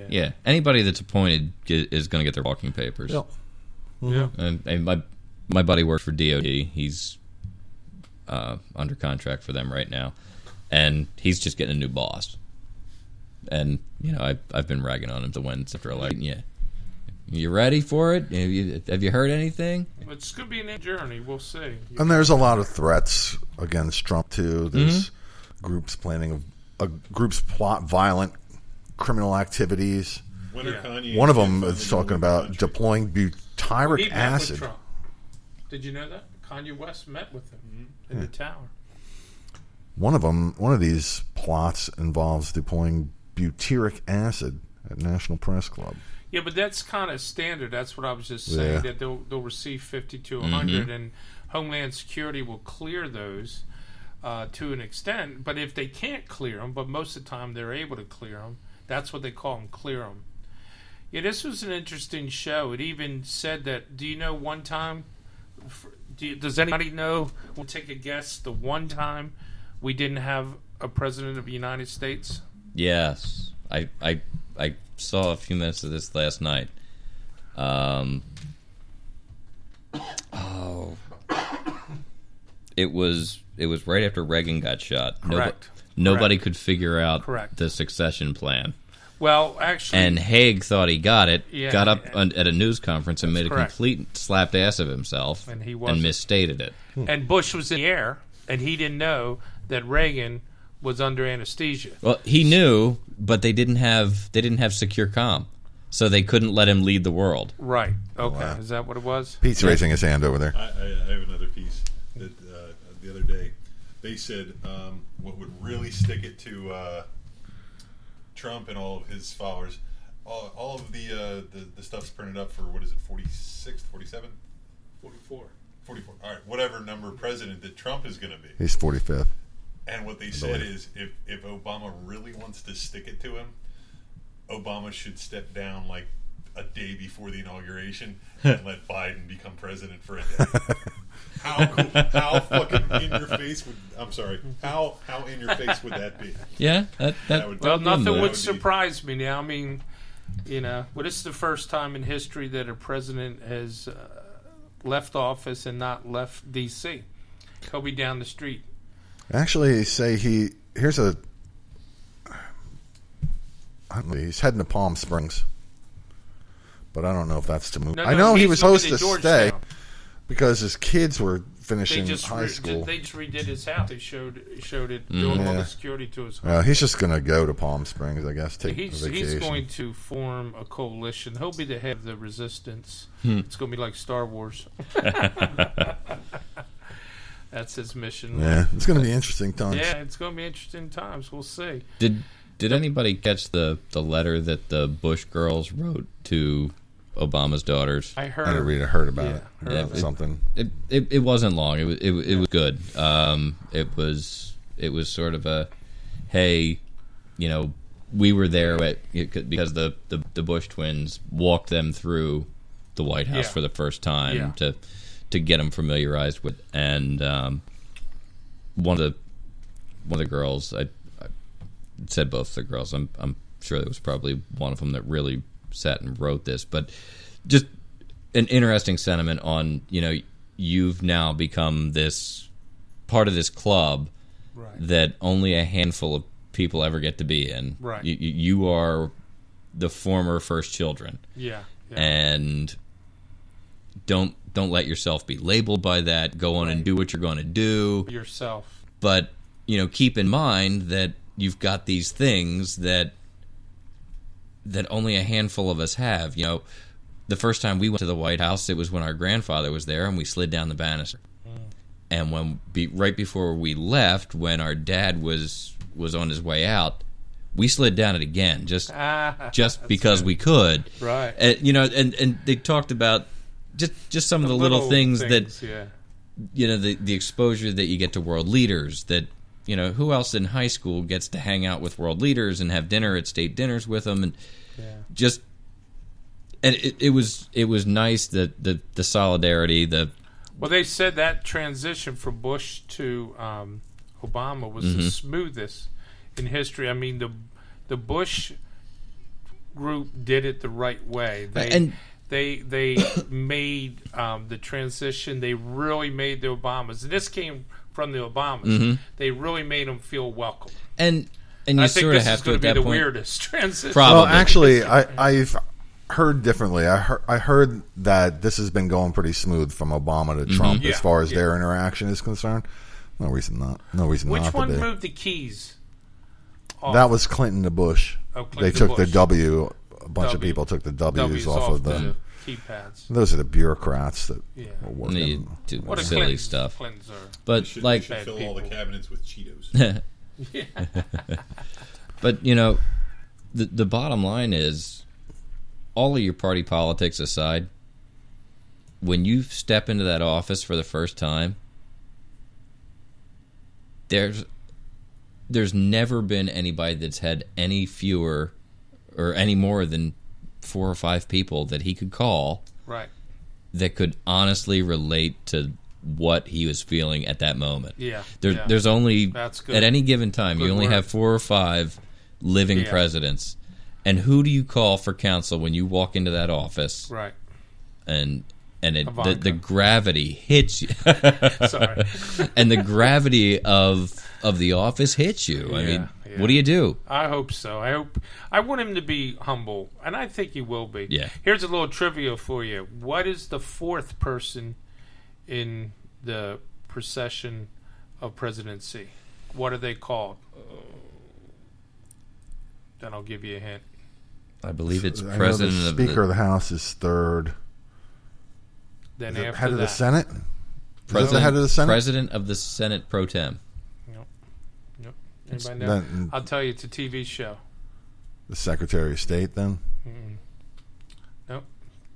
Speaker 4: yeah anybody that's appointed ge- is going to get their walking papers
Speaker 3: Yeah.
Speaker 5: Yeah.
Speaker 4: and, and my my buddy works for DOD. He's uh, under contract for them right now, and he's just getting a new boss. And you know, I I've been ragging on him to win after election. Yeah, you ready for it? Have you, have you heard anything?
Speaker 5: It's going to be an journey. We'll see.
Speaker 3: And there's a lot of threats against Trump too. There's groups planning a, groups plot violent criminal activities.
Speaker 6: When are
Speaker 5: Yeah.
Speaker 6: Kanye
Speaker 3: One of
Speaker 6: and
Speaker 3: them
Speaker 6: Trump
Speaker 3: is
Speaker 6: finally
Speaker 3: talking
Speaker 6: gonna
Speaker 3: about
Speaker 6: leave the country?
Speaker 3: deploying butyric
Speaker 5: He met with
Speaker 3: acid.
Speaker 5: Trump. Did you know that Kanye West met with him in
Speaker 3: Hmm.
Speaker 5: the tower?
Speaker 3: One of them, one of these plots involves deploying butyric acid at National Press Club.
Speaker 5: Yeah, but that's kind of standard. That's what I was just saying.
Speaker 3: Yeah.
Speaker 5: That they'll they'll receive fifty to one hundred, and Homeland Security will clear those uh, to an extent. But if they can't clear them, but most of the time they're able to clear them. That's what they call them, clear them. Yeah, this was an interesting show. It even said that. Do you know one time? f- Do you, does anybody know? We'll take a guess. The one time we didn't have a president of the United States.
Speaker 4: Yes, I I I saw a few minutes of this last night. Um, oh, it was it was right after Reagan got shot. Nobo-
Speaker 5: Correct.
Speaker 4: Nobody could figure out
Speaker 5: Correct.
Speaker 4: the succession plan,
Speaker 5: Well, actually,
Speaker 4: and Haig thought he got it.
Speaker 5: Yeah.
Speaker 4: got up on, at a news conference and made a
Speaker 5: correct.
Speaker 4: complete slapped ass of himself,
Speaker 5: And he wasn't.
Speaker 4: misstated it.
Speaker 5: and Bush was in the air, and he didn't know that Reagan was under anesthesia.
Speaker 4: Well, he knew, but they didn't have they didn't have secure comm, so they couldn't let him lead the world.
Speaker 5: Right. Okay. Is that what it was?
Speaker 3: Pete's raising his hand over there.
Speaker 6: I, I, I have another piece that uh, the other day they said um, what would really stick it to uh, Trump and all of his followers. All, all of the, uh, the the stuff's printed up for what is it, 46th, 47th,
Speaker 5: 44.
Speaker 6: 44? All right, whatever number president that Trump is going to be.
Speaker 3: He's 45th.
Speaker 6: And what they said is if, if Obama really wants to stick it to him, Obama should step down like a day before the inauguration and let Biden become president for a day. how cool, how fucking in your face would I'm sorry, how how in your face would that be?
Speaker 4: Yeah, that, that,
Speaker 6: That would-
Speaker 5: Well,
Speaker 4: that-
Speaker 5: nothing
Speaker 6: That
Speaker 5: would
Speaker 6: would be-
Speaker 5: surprise me now. I mean, you know, well, this is the first time in history that a president has uh, left office and not left D.C. He'll be down the street.
Speaker 3: Actually, say he here's a. I don't know, he's heading to Palm Springs, but I don't know if that's to move.
Speaker 5: No,
Speaker 3: I
Speaker 5: no,
Speaker 3: know he
Speaker 5: he's
Speaker 3: was
Speaker 5: moving
Speaker 3: supposed to
Speaker 5: to Georgetown.
Speaker 3: stay because his kids were
Speaker 5: They
Speaker 3: finishing
Speaker 5: just
Speaker 3: high
Speaker 5: re-
Speaker 3: school. Mm-hmm.
Speaker 5: they just redid his house. They showed showed it doing all
Speaker 3: Yeah.
Speaker 5: the security to his home.
Speaker 3: Uh, he's just gonna go to Palm Springs, I guess. Take
Speaker 5: He's,
Speaker 3: a vacation.
Speaker 5: he's going to form a coalition. He'll be the head of the resistance.
Speaker 4: Hmm.
Speaker 5: It's going to be like Star Wars. That's his mission.
Speaker 3: yeah, it's gonna be interesting times.
Speaker 5: Yeah, it's going to be interesting times. We'll see.
Speaker 4: Did did anybody catch the the letter that the Bush girls wrote to Obama's daughters?
Speaker 5: I
Speaker 3: I had to
Speaker 5: heard.
Speaker 3: read. I heard about
Speaker 5: Yeah,
Speaker 3: it.
Speaker 5: heard
Speaker 3: Yeah,
Speaker 4: about it.
Speaker 3: something.
Speaker 4: It it, it wasn't long. It was it, wa- it was good. Um, it was it was sort of a hey, you know, we were there at, because the, the the Bush twins walked them through the White House
Speaker 5: Yeah.
Speaker 4: for the first time
Speaker 5: Yeah.
Speaker 4: to to get them familiarized with and um, one of the one of the girls I, I said both the girls I'm I'm sure there was probably one of them that really sat and wrote this but just an interesting sentiment on you know you've now become this part of this club
Speaker 5: Right.
Speaker 4: that only a handful of people ever get to be in
Speaker 5: Right.
Speaker 4: you, you you are the former first children
Speaker 5: Yeah. yeah.
Speaker 4: and don't don't let yourself be labeled by that go on and do what you're going to do
Speaker 5: Yourself.
Speaker 4: but you know keep in mind that you've got these things that that only a handful of us have you know the first time we went to the white house it was when our grandfather was there and we slid down the banister and when be, right before we left when our dad was was on his way out we slid down it again just
Speaker 5: Ah,
Speaker 4: just because we could
Speaker 5: Right.
Speaker 4: and, Uh, you know and and they talked about just just some of the little, things, that
Speaker 5: Yeah.
Speaker 4: you know the the exposure that you get to world leaders that you know who else in high school gets to hang out with world leaders and have dinner at state dinners with them and
Speaker 5: Yeah.
Speaker 4: just and it, it was it was nice that the the solidarity the
Speaker 5: Well, they said that transition from Bush to um, Obama was
Speaker 4: Mm-hmm.
Speaker 5: the smoothest in history. I mean, the the Bush group did it the right way. They
Speaker 4: And-
Speaker 5: they they made um, the transition. They really made the Obamas, and this came from the Obamas. They really made them feel welcome.
Speaker 4: and and Mm-hmm. you
Speaker 5: I think
Speaker 4: sort of
Speaker 5: this is
Speaker 4: have to at
Speaker 5: going to be
Speaker 4: that
Speaker 5: the
Speaker 4: point
Speaker 5: weirdest transition.
Speaker 4: Probably.
Speaker 3: Well, actually, I, I've heard differently. I heard, I heard that this has been going pretty smooth from Obama to Trump
Speaker 5: Mm-hmm. Yeah,
Speaker 3: as far as
Speaker 5: yeah.
Speaker 3: their interaction is concerned. No reason not. No reason
Speaker 5: Which
Speaker 3: not
Speaker 5: one
Speaker 3: to be.
Speaker 5: moved the keys? off?
Speaker 3: That was Clinton to Bush.
Speaker 5: Oh, Clinton
Speaker 3: they
Speaker 5: to
Speaker 3: took the
Speaker 5: Bush.
Speaker 3: W. A bunch of
Speaker 5: W.
Speaker 3: people took the W's,
Speaker 5: W's
Speaker 3: off, of the.
Speaker 5: keypads.
Speaker 3: Those are the bureaucrats that
Speaker 5: Yeah.
Speaker 3: are
Speaker 4: and
Speaker 3: working.
Speaker 4: you do
Speaker 5: What a
Speaker 4: silly
Speaker 5: Clintons,
Speaker 4: stuff
Speaker 5: Clintons are.
Speaker 6: They
Speaker 4: but
Speaker 6: should,
Speaker 4: like
Speaker 6: they
Speaker 5: Bad
Speaker 6: should fill all the
Speaker 5: people.
Speaker 6: cabinets with Cheetos.
Speaker 4: but you know the the bottom line is, all of your party politics aside, when you step into that office for the first time, there's there's never been anybody that's had any fewer or any more than four or five people that he could call
Speaker 5: Right.
Speaker 4: that could honestly relate to what he was feeling at that moment.
Speaker 5: Yeah.
Speaker 4: There,
Speaker 5: yeah.
Speaker 4: There's only
Speaker 5: That's good.
Speaker 4: at any given time
Speaker 5: Good
Speaker 4: you only
Speaker 5: word.
Speaker 4: have four or five living
Speaker 5: Yeah.
Speaker 4: presidents, and who do you call for counsel when you walk into that office?
Speaker 5: right.
Speaker 4: And and it, the,
Speaker 5: Ivanka.
Speaker 4: the gravity hits you,
Speaker 5: Sorry.
Speaker 4: and the gravity of of the office hits you. I
Speaker 5: Yeah,
Speaker 4: mean,
Speaker 5: yeah.
Speaker 4: what do you do?
Speaker 5: I hope so. I hope I want him to be humble, and I think he will be.
Speaker 4: Yeah.
Speaker 5: Here's a little trivia for you. What is the fourth person in the procession of presidency? What are they called? Then I'll give you a hint.
Speaker 4: I believe it's
Speaker 3: I know
Speaker 4: president
Speaker 3: the
Speaker 4: of
Speaker 3: Speaker
Speaker 4: the,
Speaker 3: of the House is third.
Speaker 5: Then
Speaker 3: Is it
Speaker 5: after
Speaker 3: head of
Speaker 5: that,
Speaker 3: the Senate. President,
Speaker 4: president,
Speaker 3: head of the Senate.
Speaker 4: president of the Senate pro tem.
Speaker 5: anybody know?
Speaker 3: Then
Speaker 5: I'll tell you. It's a TV show.
Speaker 3: the Secretary of State. Then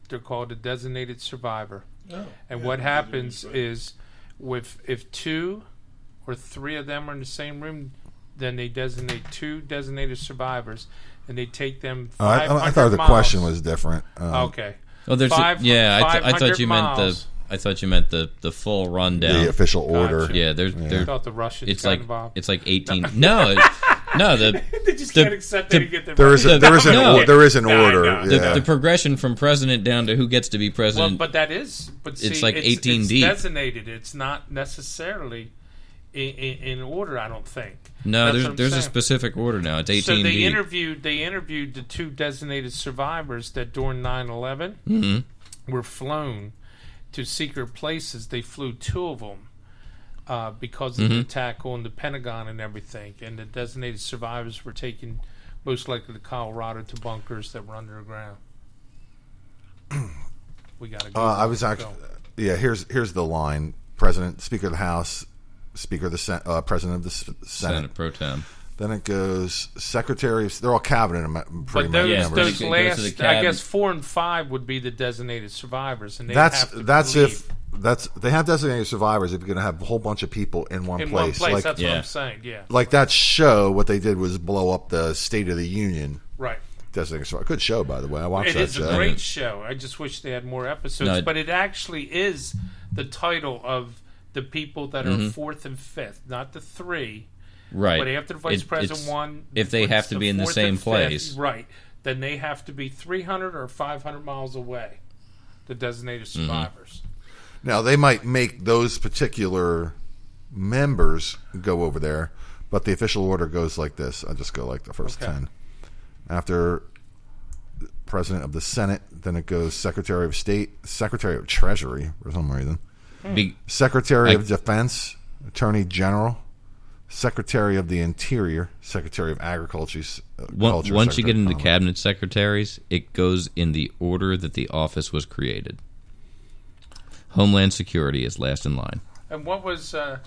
Speaker 5: They're called a designated survivor.
Speaker 6: No.
Speaker 5: And
Speaker 6: Yeah,
Speaker 5: what
Speaker 6: it doesn't
Speaker 5: happens
Speaker 6: mean
Speaker 5: is, with if two or three of them are in the same room, then they designate two designated survivors, and they take them.
Speaker 3: Oh, I,
Speaker 5: 500
Speaker 3: I, I thought the
Speaker 5: miles.
Speaker 3: question was different. Um,
Speaker 5: okay.
Speaker 4: Oh, there's a-
Speaker 5: Five-
Speaker 4: yeah. I, th- I thought
Speaker 5: 500
Speaker 4: you meant
Speaker 5: miles.
Speaker 4: the I thought you meant the the full rundown.
Speaker 3: The official order.
Speaker 5: Gotcha.
Speaker 4: Yeah, they're,
Speaker 5: I
Speaker 4: they're
Speaker 5: thought the Russians
Speaker 4: it's
Speaker 5: got
Speaker 4: like
Speaker 5: involved.
Speaker 4: it's like eighteen. No, it, no the,
Speaker 5: they just
Speaker 4: the-
Speaker 5: can't accept
Speaker 4: the-
Speaker 5: that you get them
Speaker 3: There is a,
Speaker 4: The-
Speaker 5: right.
Speaker 3: there is an
Speaker 4: no.
Speaker 3: or, there is an
Speaker 5: No,
Speaker 3: order.
Speaker 5: no.
Speaker 4: the,
Speaker 3: yeah.
Speaker 4: the progression from president down to who gets to be
Speaker 5: well,
Speaker 4: president.
Speaker 5: but that is but see,
Speaker 4: It's like
Speaker 5: it's,
Speaker 4: 18
Speaker 5: it's
Speaker 4: deep.
Speaker 5: designated. It's not necessarily in, in, in order. I don't think.
Speaker 4: no,
Speaker 5: That's
Speaker 4: there's
Speaker 5: what I'm
Speaker 4: there's a
Speaker 5: saying.
Speaker 4: specific order now. It's
Speaker 5: So
Speaker 4: eighteen.
Speaker 5: they
Speaker 4: deep.
Speaker 5: interviewed they interviewed the two designated survivors that during 9/11
Speaker 4: Mm-hmm.
Speaker 5: were flown to secret places. They flew two of them uh, because
Speaker 4: Mm-hmm.
Speaker 5: of the attack on the Pentagon and everything. And the designated survivors were taken most likely to Colorado to bunkers that were underground. we gotta go.
Speaker 3: Uh, I was actually, yeah. Here's here's the line: President, Speaker of the House, Speaker of the Sen- uh, President of the S- Senate.
Speaker 4: Senate pro tem.
Speaker 3: Then it goes Secretary. of They're all cabinet em- pretty much
Speaker 5: But those,
Speaker 4: Yeah, but
Speaker 5: those
Speaker 4: it
Speaker 3: members.
Speaker 4: goes to the
Speaker 5: last, I
Speaker 4: cab-
Speaker 5: guess, four and five would be the designated survivors, and they
Speaker 3: That's
Speaker 5: have to
Speaker 3: that's
Speaker 5: leave
Speaker 3: if that's they have designated survivors. If you're going to have a whole bunch of people in one
Speaker 5: in one
Speaker 3: place,
Speaker 5: place.
Speaker 3: like
Speaker 5: that's what
Speaker 4: Yeah.
Speaker 5: I'm saying. Yeah,
Speaker 3: like that show, what they did was blow up the State of the Union.
Speaker 5: right.
Speaker 3: Designated survivor. Good show, by the way. I watched
Speaker 5: It
Speaker 3: that
Speaker 5: is
Speaker 3: show.
Speaker 5: a great show. I just wish they had more episodes.
Speaker 4: uh, No, it-
Speaker 5: but it actually is the title of the people that are fourth and fifth, not the three.
Speaker 4: Mm-hmm. Right.
Speaker 5: But after the vice
Speaker 4: It-
Speaker 5: president
Speaker 4: it's-
Speaker 5: one,
Speaker 4: if they
Speaker 5: it's
Speaker 4: have to be in the
Speaker 5: fourth and
Speaker 4: same
Speaker 5: fifth,
Speaker 4: place.
Speaker 5: right? Then they have to be three hundred or five hundred miles away. The designated
Speaker 4: Mm-hmm.
Speaker 5: survivors.
Speaker 3: Now they might make those particular members go over there, but the official order goes like this. I just go like the first
Speaker 5: Okay.
Speaker 3: ten. After president of the Senate, then it goes Secretary of State, Secretary of Treasury for some reason,
Speaker 4: Be,
Speaker 3: Secretary
Speaker 4: Like-
Speaker 3: of Defense, Attorney General, Secretary of the Interior, Secretary of Agriculture. s- uh,
Speaker 4: on-
Speaker 3: Culture,
Speaker 4: once
Speaker 3: Secretary
Speaker 4: you get into
Speaker 3: of Commerce.
Speaker 4: cabinet secretaries, it goes in the order that the office was created. Homeland Security is last in line.
Speaker 5: And what was uh,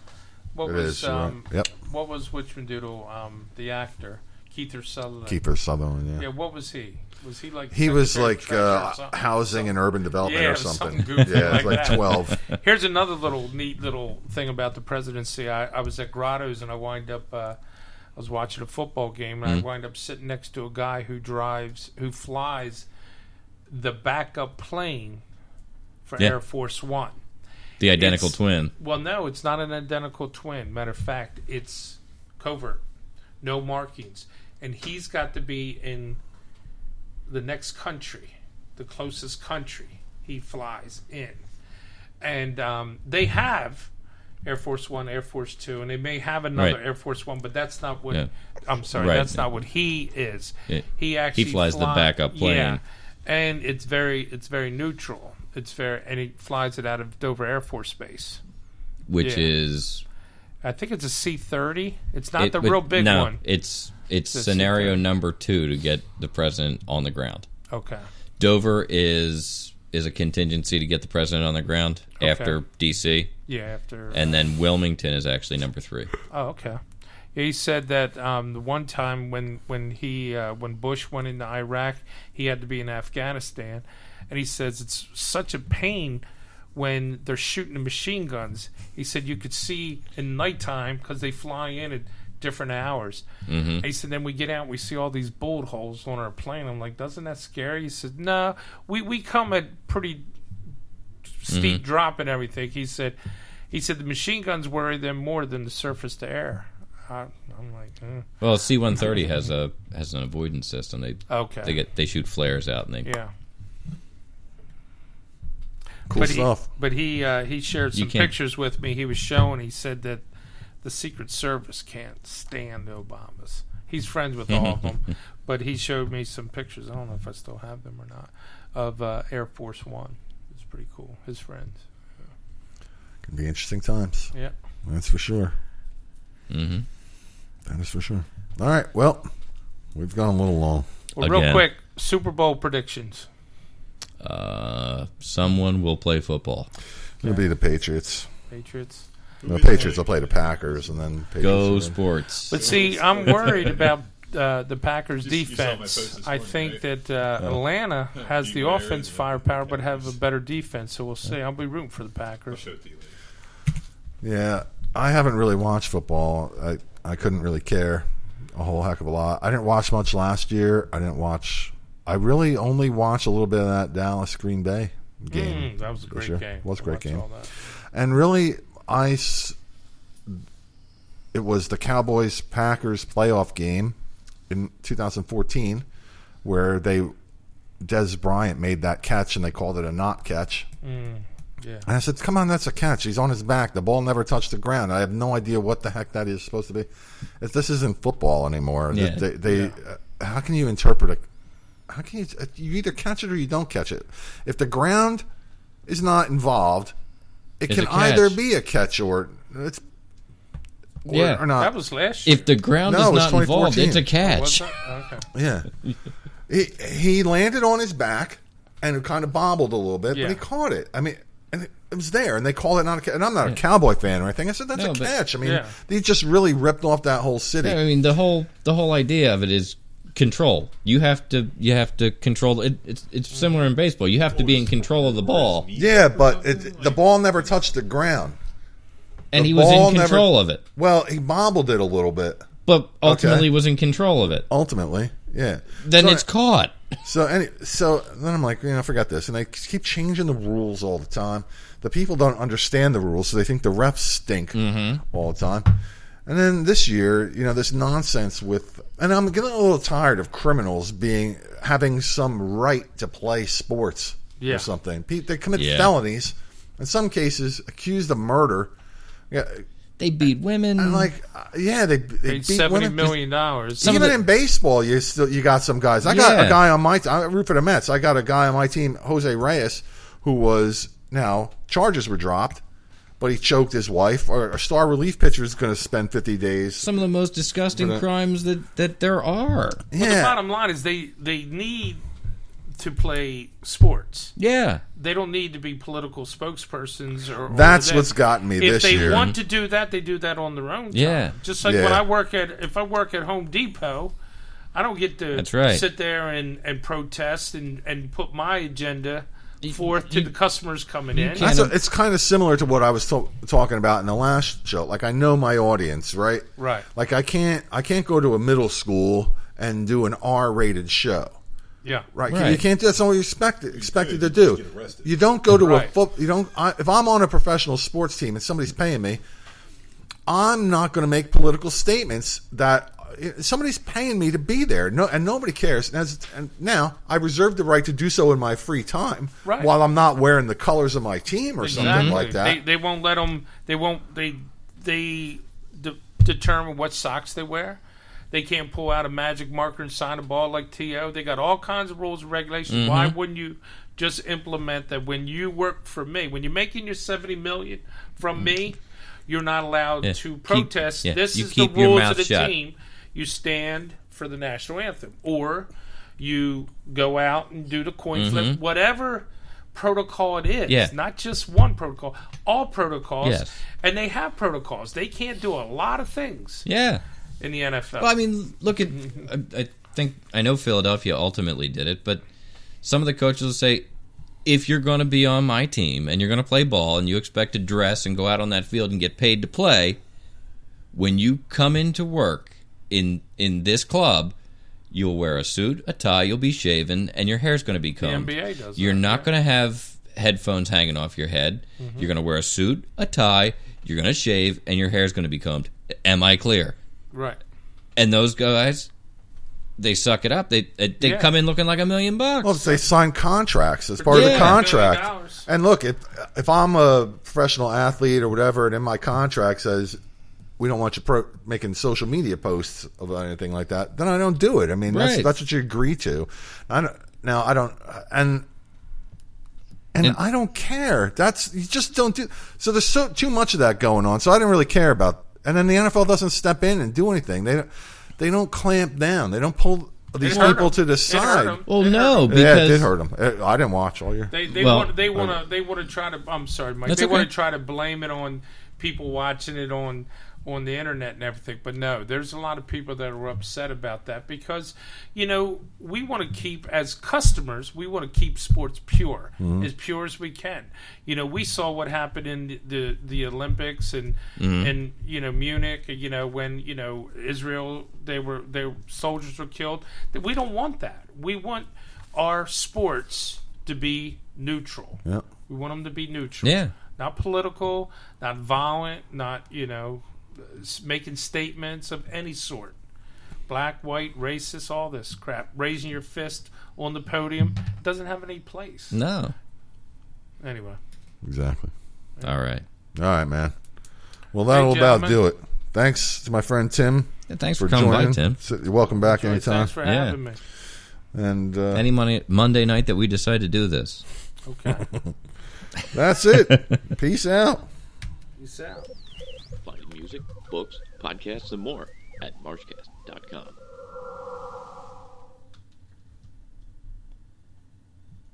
Speaker 5: what
Speaker 3: It
Speaker 5: was
Speaker 3: is, you're right.
Speaker 5: um,
Speaker 3: Yep,
Speaker 5: what was Witchmandoodle, um the actor Keith or Sutherland?
Speaker 3: Keeper Sutherland. Yeah.
Speaker 5: Yeah, what was he? Was he like
Speaker 3: He was
Speaker 5: Secretary of
Speaker 3: like
Speaker 5: Treasury or
Speaker 3: uh,
Speaker 5: something?
Speaker 3: housing and urban development
Speaker 5: Yeah,
Speaker 3: or
Speaker 5: it was
Speaker 3: something.
Speaker 5: something goofy
Speaker 3: yeah,
Speaker 5: like
Speaker 3: it's like
Speaker 5: that.
Speaker 3: twelve.
Speaker 5: Here's another little neat little thing about the presidency. I, I was at Grotto's and I wind up. Uh, I was watching a football game and I wind up sitting next to a guy who drives, who flies the backup plane for
Speaker 4: Yeah.
Speaker 5: Air Force One.
Speaker 4: The identical
Speaker 5: It's-
Speaker 4: twin.
Speaker 5: Well, no, it's not an identical twin. Matter of fact, it's covert, no markings, and he's got to be in the next country, the closest country he flies in, and um, they have Air Force One, Air Force Two, and they may have another
Speaker 4: Right.
Speaker 5: Air Force One, but that's not what.
Speaker 4: Yeah.
Speaker 5: I'm sorry,
Speaker 4: Right.
Speaker 5: that's not what he is.
Speaker 4: Yeah.
Speaker 5: He actually
Speaker 4: flies the
Speaker 5: fly-
Speaker 4: backup plane.
Speaker 5: Yeah, and it's very it's very neutral. It's very and he flies it out of Dover Air Force Base.
Speaker 4: which
Speaker 5: Yeah.
Speaker 4: is
Speaker 5: I think it's a C thirty. It's not
Speaker 4: it-
Speaker 5: the
Speaker 4: but-
Speaker 5: real big
Speaker 4: no,
Speaker 5: one.
Speaker 4: It's it's
Speaker 5: The
Speaker 4: scenario
Speaker 5: secret.
Speaker 4: number two to get the president on the ground.
Speaker 5: Okay.
Speaker 4: Dover is is a contingency to get the president on the ground after DC,
Speaker 5: Yeah. After.
Speaker 4: and then Wilmington is actually number three.
Speaker 5: oh, okay. He said that um, the one time when when he uh, when Bush went into Iraq, he had to be in Afghanistan, and he says it's such a pain when they're shooting the machine guns. He said you could see in nighttime because they fly in at different hours.
Speaker 4: Mm-hmm.
Speaker 5: And He said then we get out, we see all these bullet holes on our plane. I'm like, doesn't that scare you? He said, no, we we come at pretty
Speaker 4: Mm-hmm.
Speaker 5: steep drop and everything. He said, he said the machine guns worry them more than the surface to air. I, I'm like, eh.
Speaker 4: Well, C-130 has a has an avoidance system. They
Speaker 5: okay,
Speaker 4: they get they shoot flares out and they
Speaker 5: yeah.
Speaker 3: Cool
Speaker 5: but
Speaker 3: stuff.
Speaker 5: He, but he uh, he shared
Speaker 4: You
Speaker 5: some
Speaker 4: can't-
Speaker 5: pictures with me. He was showing. He said that the Secret Service can't stand the Obamas. He's friends with all of them, but he showed me some pictures. I don't know if I still have them or not of uh, Air Force One. It's pretty cool. His friends.
Speaker 3: Can be interesting times.
Speaker 5: Yeah.
Speaker 3: That's for sure.
Speaker 4: Mhm.
Speaker 3: That is for sure. All right. Well, we've gone a little long.
Speaker 5: Well, real
Speaker 4: Again.
Speaker 5: quick, Super Bowl predictions.
Speaker 4: uh, someone will play football.
Speaker 3: It'll be the Patriots.
Speaker 5: Patriots.
Speaker 3: The Patriots will play the Packers, and then Patriots
Speaker 4: Go
Speaker 3: will win.
Speaker 4: sports.
Speaker 5: But see, I'm worried about uh, the Packers'
Speaker 6: You- you saw my post
Speaker 5: defense.
Speaker 6: this
Speaker 5: I
Speaker 6: morning,
Speaker 5: think
Speaker 6: right?
Speaker 5: that uh, Atlanta has the
Speaker 6: Beware
Speaker 5: offense
Speaker 6: the
Speaker 5: firepower, but have a
Speaker 6: Packers.
Speaker 5: better defense. So we'll see. I'll be rooting for the Packers.
Speaker 6: Show it to you later.
Speaker 3: Yeah, I haven't really watched football. I I couldn't really care a whole heck of a lot. I didn't watch much last year. I didn't watch. I really only watched a little bit of that Dallas Green Bay game.
Speaker 5: Mm, that was a
Speaker 3: this
Speaker 5: great
Speaker 3: year.
Speaker 5: game.
Speaker 3: Was a great
Speaker 5: Watch
Speaker 3: game.
Speaker 5: all that.
Speaker 3: And really, I. s- It was the Cowboys Packers playoff game in 2014, where they Des Bryant made that catch and they called it a not catch.
Speaker 5: yeah.
Speaker 3: And I said, "Come on, that's a catch. He's on his back. The ball never touched the ground. I have no idea what the heck that is supposed to be. If this isn't football anymore,
Speaker 4: Yeah.
Speaker 3: they, they uh, how can you interpret it? How can you? uh, You either catch it or you don't catch it. If the ground is not involved, it
Speaker 4: It's
Speaker 3: can
Speaker 4: a catch.
Speaker 3: either be a catch or it's or,
Speaker 4: Yeah.
Speaker 3: or not.
Speaker 5: That was last year.
Speaker 4: If the ground
Speaker 3: No, it
Speaker 4: is
Speaker 3: was
Speaker 4: not involved,
Speaker 3: 2014.
Speaker 4: it's a
Speaker 5: Was
Speaker 4: catch.
Speaker 5: it? Okay.
Speaker 3: Yeah. he, he landed on his back and it kind of bobbled a little bit,
Speaker 5: Yeah.
Speaker 3: but he caught it. I mean, and it, it was there, and they called it not a catch. And I'm not a cowboy fan or anything. I said, that's
Speaker 4: No,
Speaker 3: a
Speaker 4: but-
Speaker 3: catch. I mean,
Speaker 5: Yeah.
Speaker 3: they just really ripped off that whole city.
Speaker 4: I mean, the whole the whole idea of it is control. You have to you have to control it. It's it's similar in baseball. You have to be in control of the ball,
Speaker 3: yeah, but it, the ball never touched the ground.
Speaker 4: and
Speaker 3: The
Speaker 4: he was
Speaker 3: ball
Speaker 4: in
Speaker 3: never-
Speaker 4: control of it.
Speaker 3: Well, he bobbled it a little bit,
Speaker 4: But ultimately, was in control of it.
Speaker 3: ultimately. Yeah.
Speaker 4: Then
Speaker 3: So-
Speaker 4: it's caught.
Speaker 3: So any so then I'm like, you know, I forgot this, and they keep changing the rules all the time. The people don't understand the rules, so they think the refs stink
Speaker 5: Mm-hmm.
Speaker 3: all the time. And then this year, you know, this nonsense with, and I'm getting a little tired of criminals being having some right to play sports
Speaker 5: Yeah.
Speaker 3: or something. Pe- They commit
Speaker 4: Yeah.
Speaker 3: felonies, in some cases accused of murder. Yeah,
Speaker 4: They beat women.
Speaker 3: and like, uh, yeah, they they
Speaker 5: Paid
Speaker 3: beat
Speaker 5: seventy
Speaker 3: women.
Speaker 5: million dollars.
Speaker 4: Some of
Speaker 3: Even
Speaker 4: the-
Speaker 3: in baseball, you still you got some guys. I got a
Speaker 4: Yeah.
Speaker 3: guy on my team. I root for the Mets. I got a guy on my team, Jose Reyes, who was now charges were dropped, but he choked his wife. Or a star relief pitcher is going to spend fifty days.
Speaker 4: some of the most disgusting
Speaker 3: But, uh,
Speaker 4: crimes that, that there are.
Speaker 5: The
Speaker 3: Yeah,
Speaker 5: bottom line is they they need to play sports.
Speaker 4: Yeah.
Speaker 5: They don't need to be political spokespersons or. or
Speaker 3: that's
Speaker 5: this.
Speaker 3: what's gotten me
Speaker 5: If
Speaker 3: this
Speaker 5: they
Speaker 3: year.
Speaker 5: want to do that, they do that on their own. Time.
Speaker 4: Yeah.
Speaker 5: Just like
Speaker 3: Yeah.
Speaker 5: when I work at if I work at Home Depot, I don't get to
Speaker 4: That's right.
Speaker 5: sit there and, and protest and, and put my agenda forth to the customers coming in.
Speaker 4: can't-
Speaker 3: That's a, it's kind of similar to what I was to- talking about in the last show. Like I know my audience, right?
Speaker 5: Right.
Speaker 3: Like I can't I can't go to a middle school and do an R-rated show.
Speaker 5: Yeah.
Speaker 3: Right.
Speaker 4: Right.
Speaker 3: You can't. That's not what you expect, expected
Speaker 6: could,
Speaker 3: to
Speaker 6: you
Speaker 3: do.
Speaker 6: could get arrested.
Speaker 3: You don't go to a
Speaker 5: Right.
Speaker 3: foot. You don't. I, if I'm on a professional sports team and somebody's paying me, I'm not going to make political statements that uh, somebody's paying me to be there. No, and nobody cares. And, as, and now I reserve the right to do so in my free time,
Speaker 5: Right.
Speaker 3: while I'm not wearing the colors of my team or something
Speaker 5: Exactly.
Speaker 3: like that.
Speaker 5: They, they won't let them. They won't. They they de- determine what socks they wear. They can't pull out a magic marker and sign a ball like To. They got all kinds of rules and regulations. Why
Speaker 4: Mm-hmm.
Speaker 5: wouldn't you just implement that when you work for me, when you're making your seventy million from me, you're not allowed
Speaker 4: Mm. Yeah,
Speaker 5: to
Speaker 4: keep-
Speaker 5: protest.
Speaker 4: yeah,
Speaker 5: this
Speaker 4: you
Speaker 5: is
Speaker 4: keep
Speaker 5: the
Speaker 4: your
Speaker 5: rules
Speaker 4: mouth
Speaker 5: of the
Speaker 4: shut.
Speaker 5: team. You stand for the national anthem, or you go out and do the coin flip, whatever protocol it is.
Speaker 4: Mm-hmm. Yeah.
Speaker 5: Not just one protocol, all protocols.
Speaker 4: Yes.
Speaker 5: And they have protocols. They can't do a lot of things.
Speaker 4: Yeah.
Speaker 5: in the NFL.
Speaker 4: Well, I mean, look at. I, I think I know Philadelphia ultimately did it, but some of the coaches will say, if you're going to be on my team and you're going to play ball and you expect to dress and go out on that field and get paid to play, when you come into work in in this club, you'll wear a suit, a tie, you'll be shaven, and your hair's going to be combed.
Speaker 5: NBA does
Speaker 4: Um, You're
Speaker 5: that,
Speaker 4: not
Speaker 5: yeah.
Speaker 4: going to have headphones hanging off your head. You're going to wear a suit, a tie, you're going to shave, and your hair's going to be combed. Am I clear?
Speaker 5: right.
Speaker 4: and those guys they suck it up they they they
Speaker 5: Yeah.
Speaker 4: come in looking like a million bucks
Speaker 3: Well, they sign contracts as part of the
Speaker 4: Yeah.
Speaker 3: contract.
Speaker 5: $10 million.
Speaker 3: And look, if if I'm a professional athlete or whatever, and in my contract says we don't want you pro- making social media posts about anything like that, then I don't do it. I mean, that's
Speaker 4: Right.
Speaker 3: that's what you agree to. I don't, now I don't, and, and
Speaker 4: And-
Speaker 3: I don't care. That's you just don't do. So there's so too much of that going on. So I didn't really care about. And then the NFL doesn't step in and do anything. They don't, they don't clamp down. They don't pull these
Speaker 5: It hurt
Speaker 3: people
Speaker 5: 'em.
Speaker 3: to
Speaker 5: It
Speaker 3: the
Speaker 5: hurt
Speaker 3: side.
Speaker 5: 'em.
Speaker 4: well
Speaker 5: It hurt
Speaker 4: no
Speaker 5: 'em.
Speaker 4: because
Speaker 3: yeah, it did hurt him. Uh, I didn't watch all year.
Speaker 5: They they
Speaker 4: Well-
Speaker 5: want they want to they want to try to I'm sorry Mike
Speaker 4: That's
Speaker 5: they want
Speaker 4: okay.
Speaker 5: to try to blame it on people watching it on on the internet and everything but no there's a lot of people that are upset about that because you know we want to keep as customers we want to keep sports pure as pure as we can you know we saw what happened in the the, the Olympics and and you know Munich you know when you know Israel they were their soldiers were killed That we don't want that we want our sports to be neutral.
Speaker 3: Yeah.
Speaker 5: We want them to be neutral.
Speaker 4: yeah
Speaker 5: Not political, not violent, not, you know, s- making statements of any sort. Black, white, racist, all this crap. Raising your fist on the podium doesn't have any place.
Speaker 4: no
Speaker 5: Anyway.
Speaker 3: Exactly.
Speaker 4: all right
Speaker 3: All right, man. Well, that'll
Speaker 5: Hey,
Speaker 3: about
Speaker 5: gentlemen.
Speaker 3: do it. Thanks to my friend Tim
Speaker 4: Yeah, thanks for,
Speaker 3: for
Speaker 4: coming
Speaker 3: joining.
Speaker 4: by tim
Speaker 3: So you're welcome back anytime.
Speaker 5: Thanks for
Speaker 4: Yeah.
Speaker 5: having me.
Speaker 3: and uh,
Speaker 4: any money monday night that we decide to do this
Speaker 5: Okay.
Speaker 3: that's it. Peace out.
Speaker 5: Peace out.
Speaker 7: Find music, books, podcasts, and more at marshcast.com.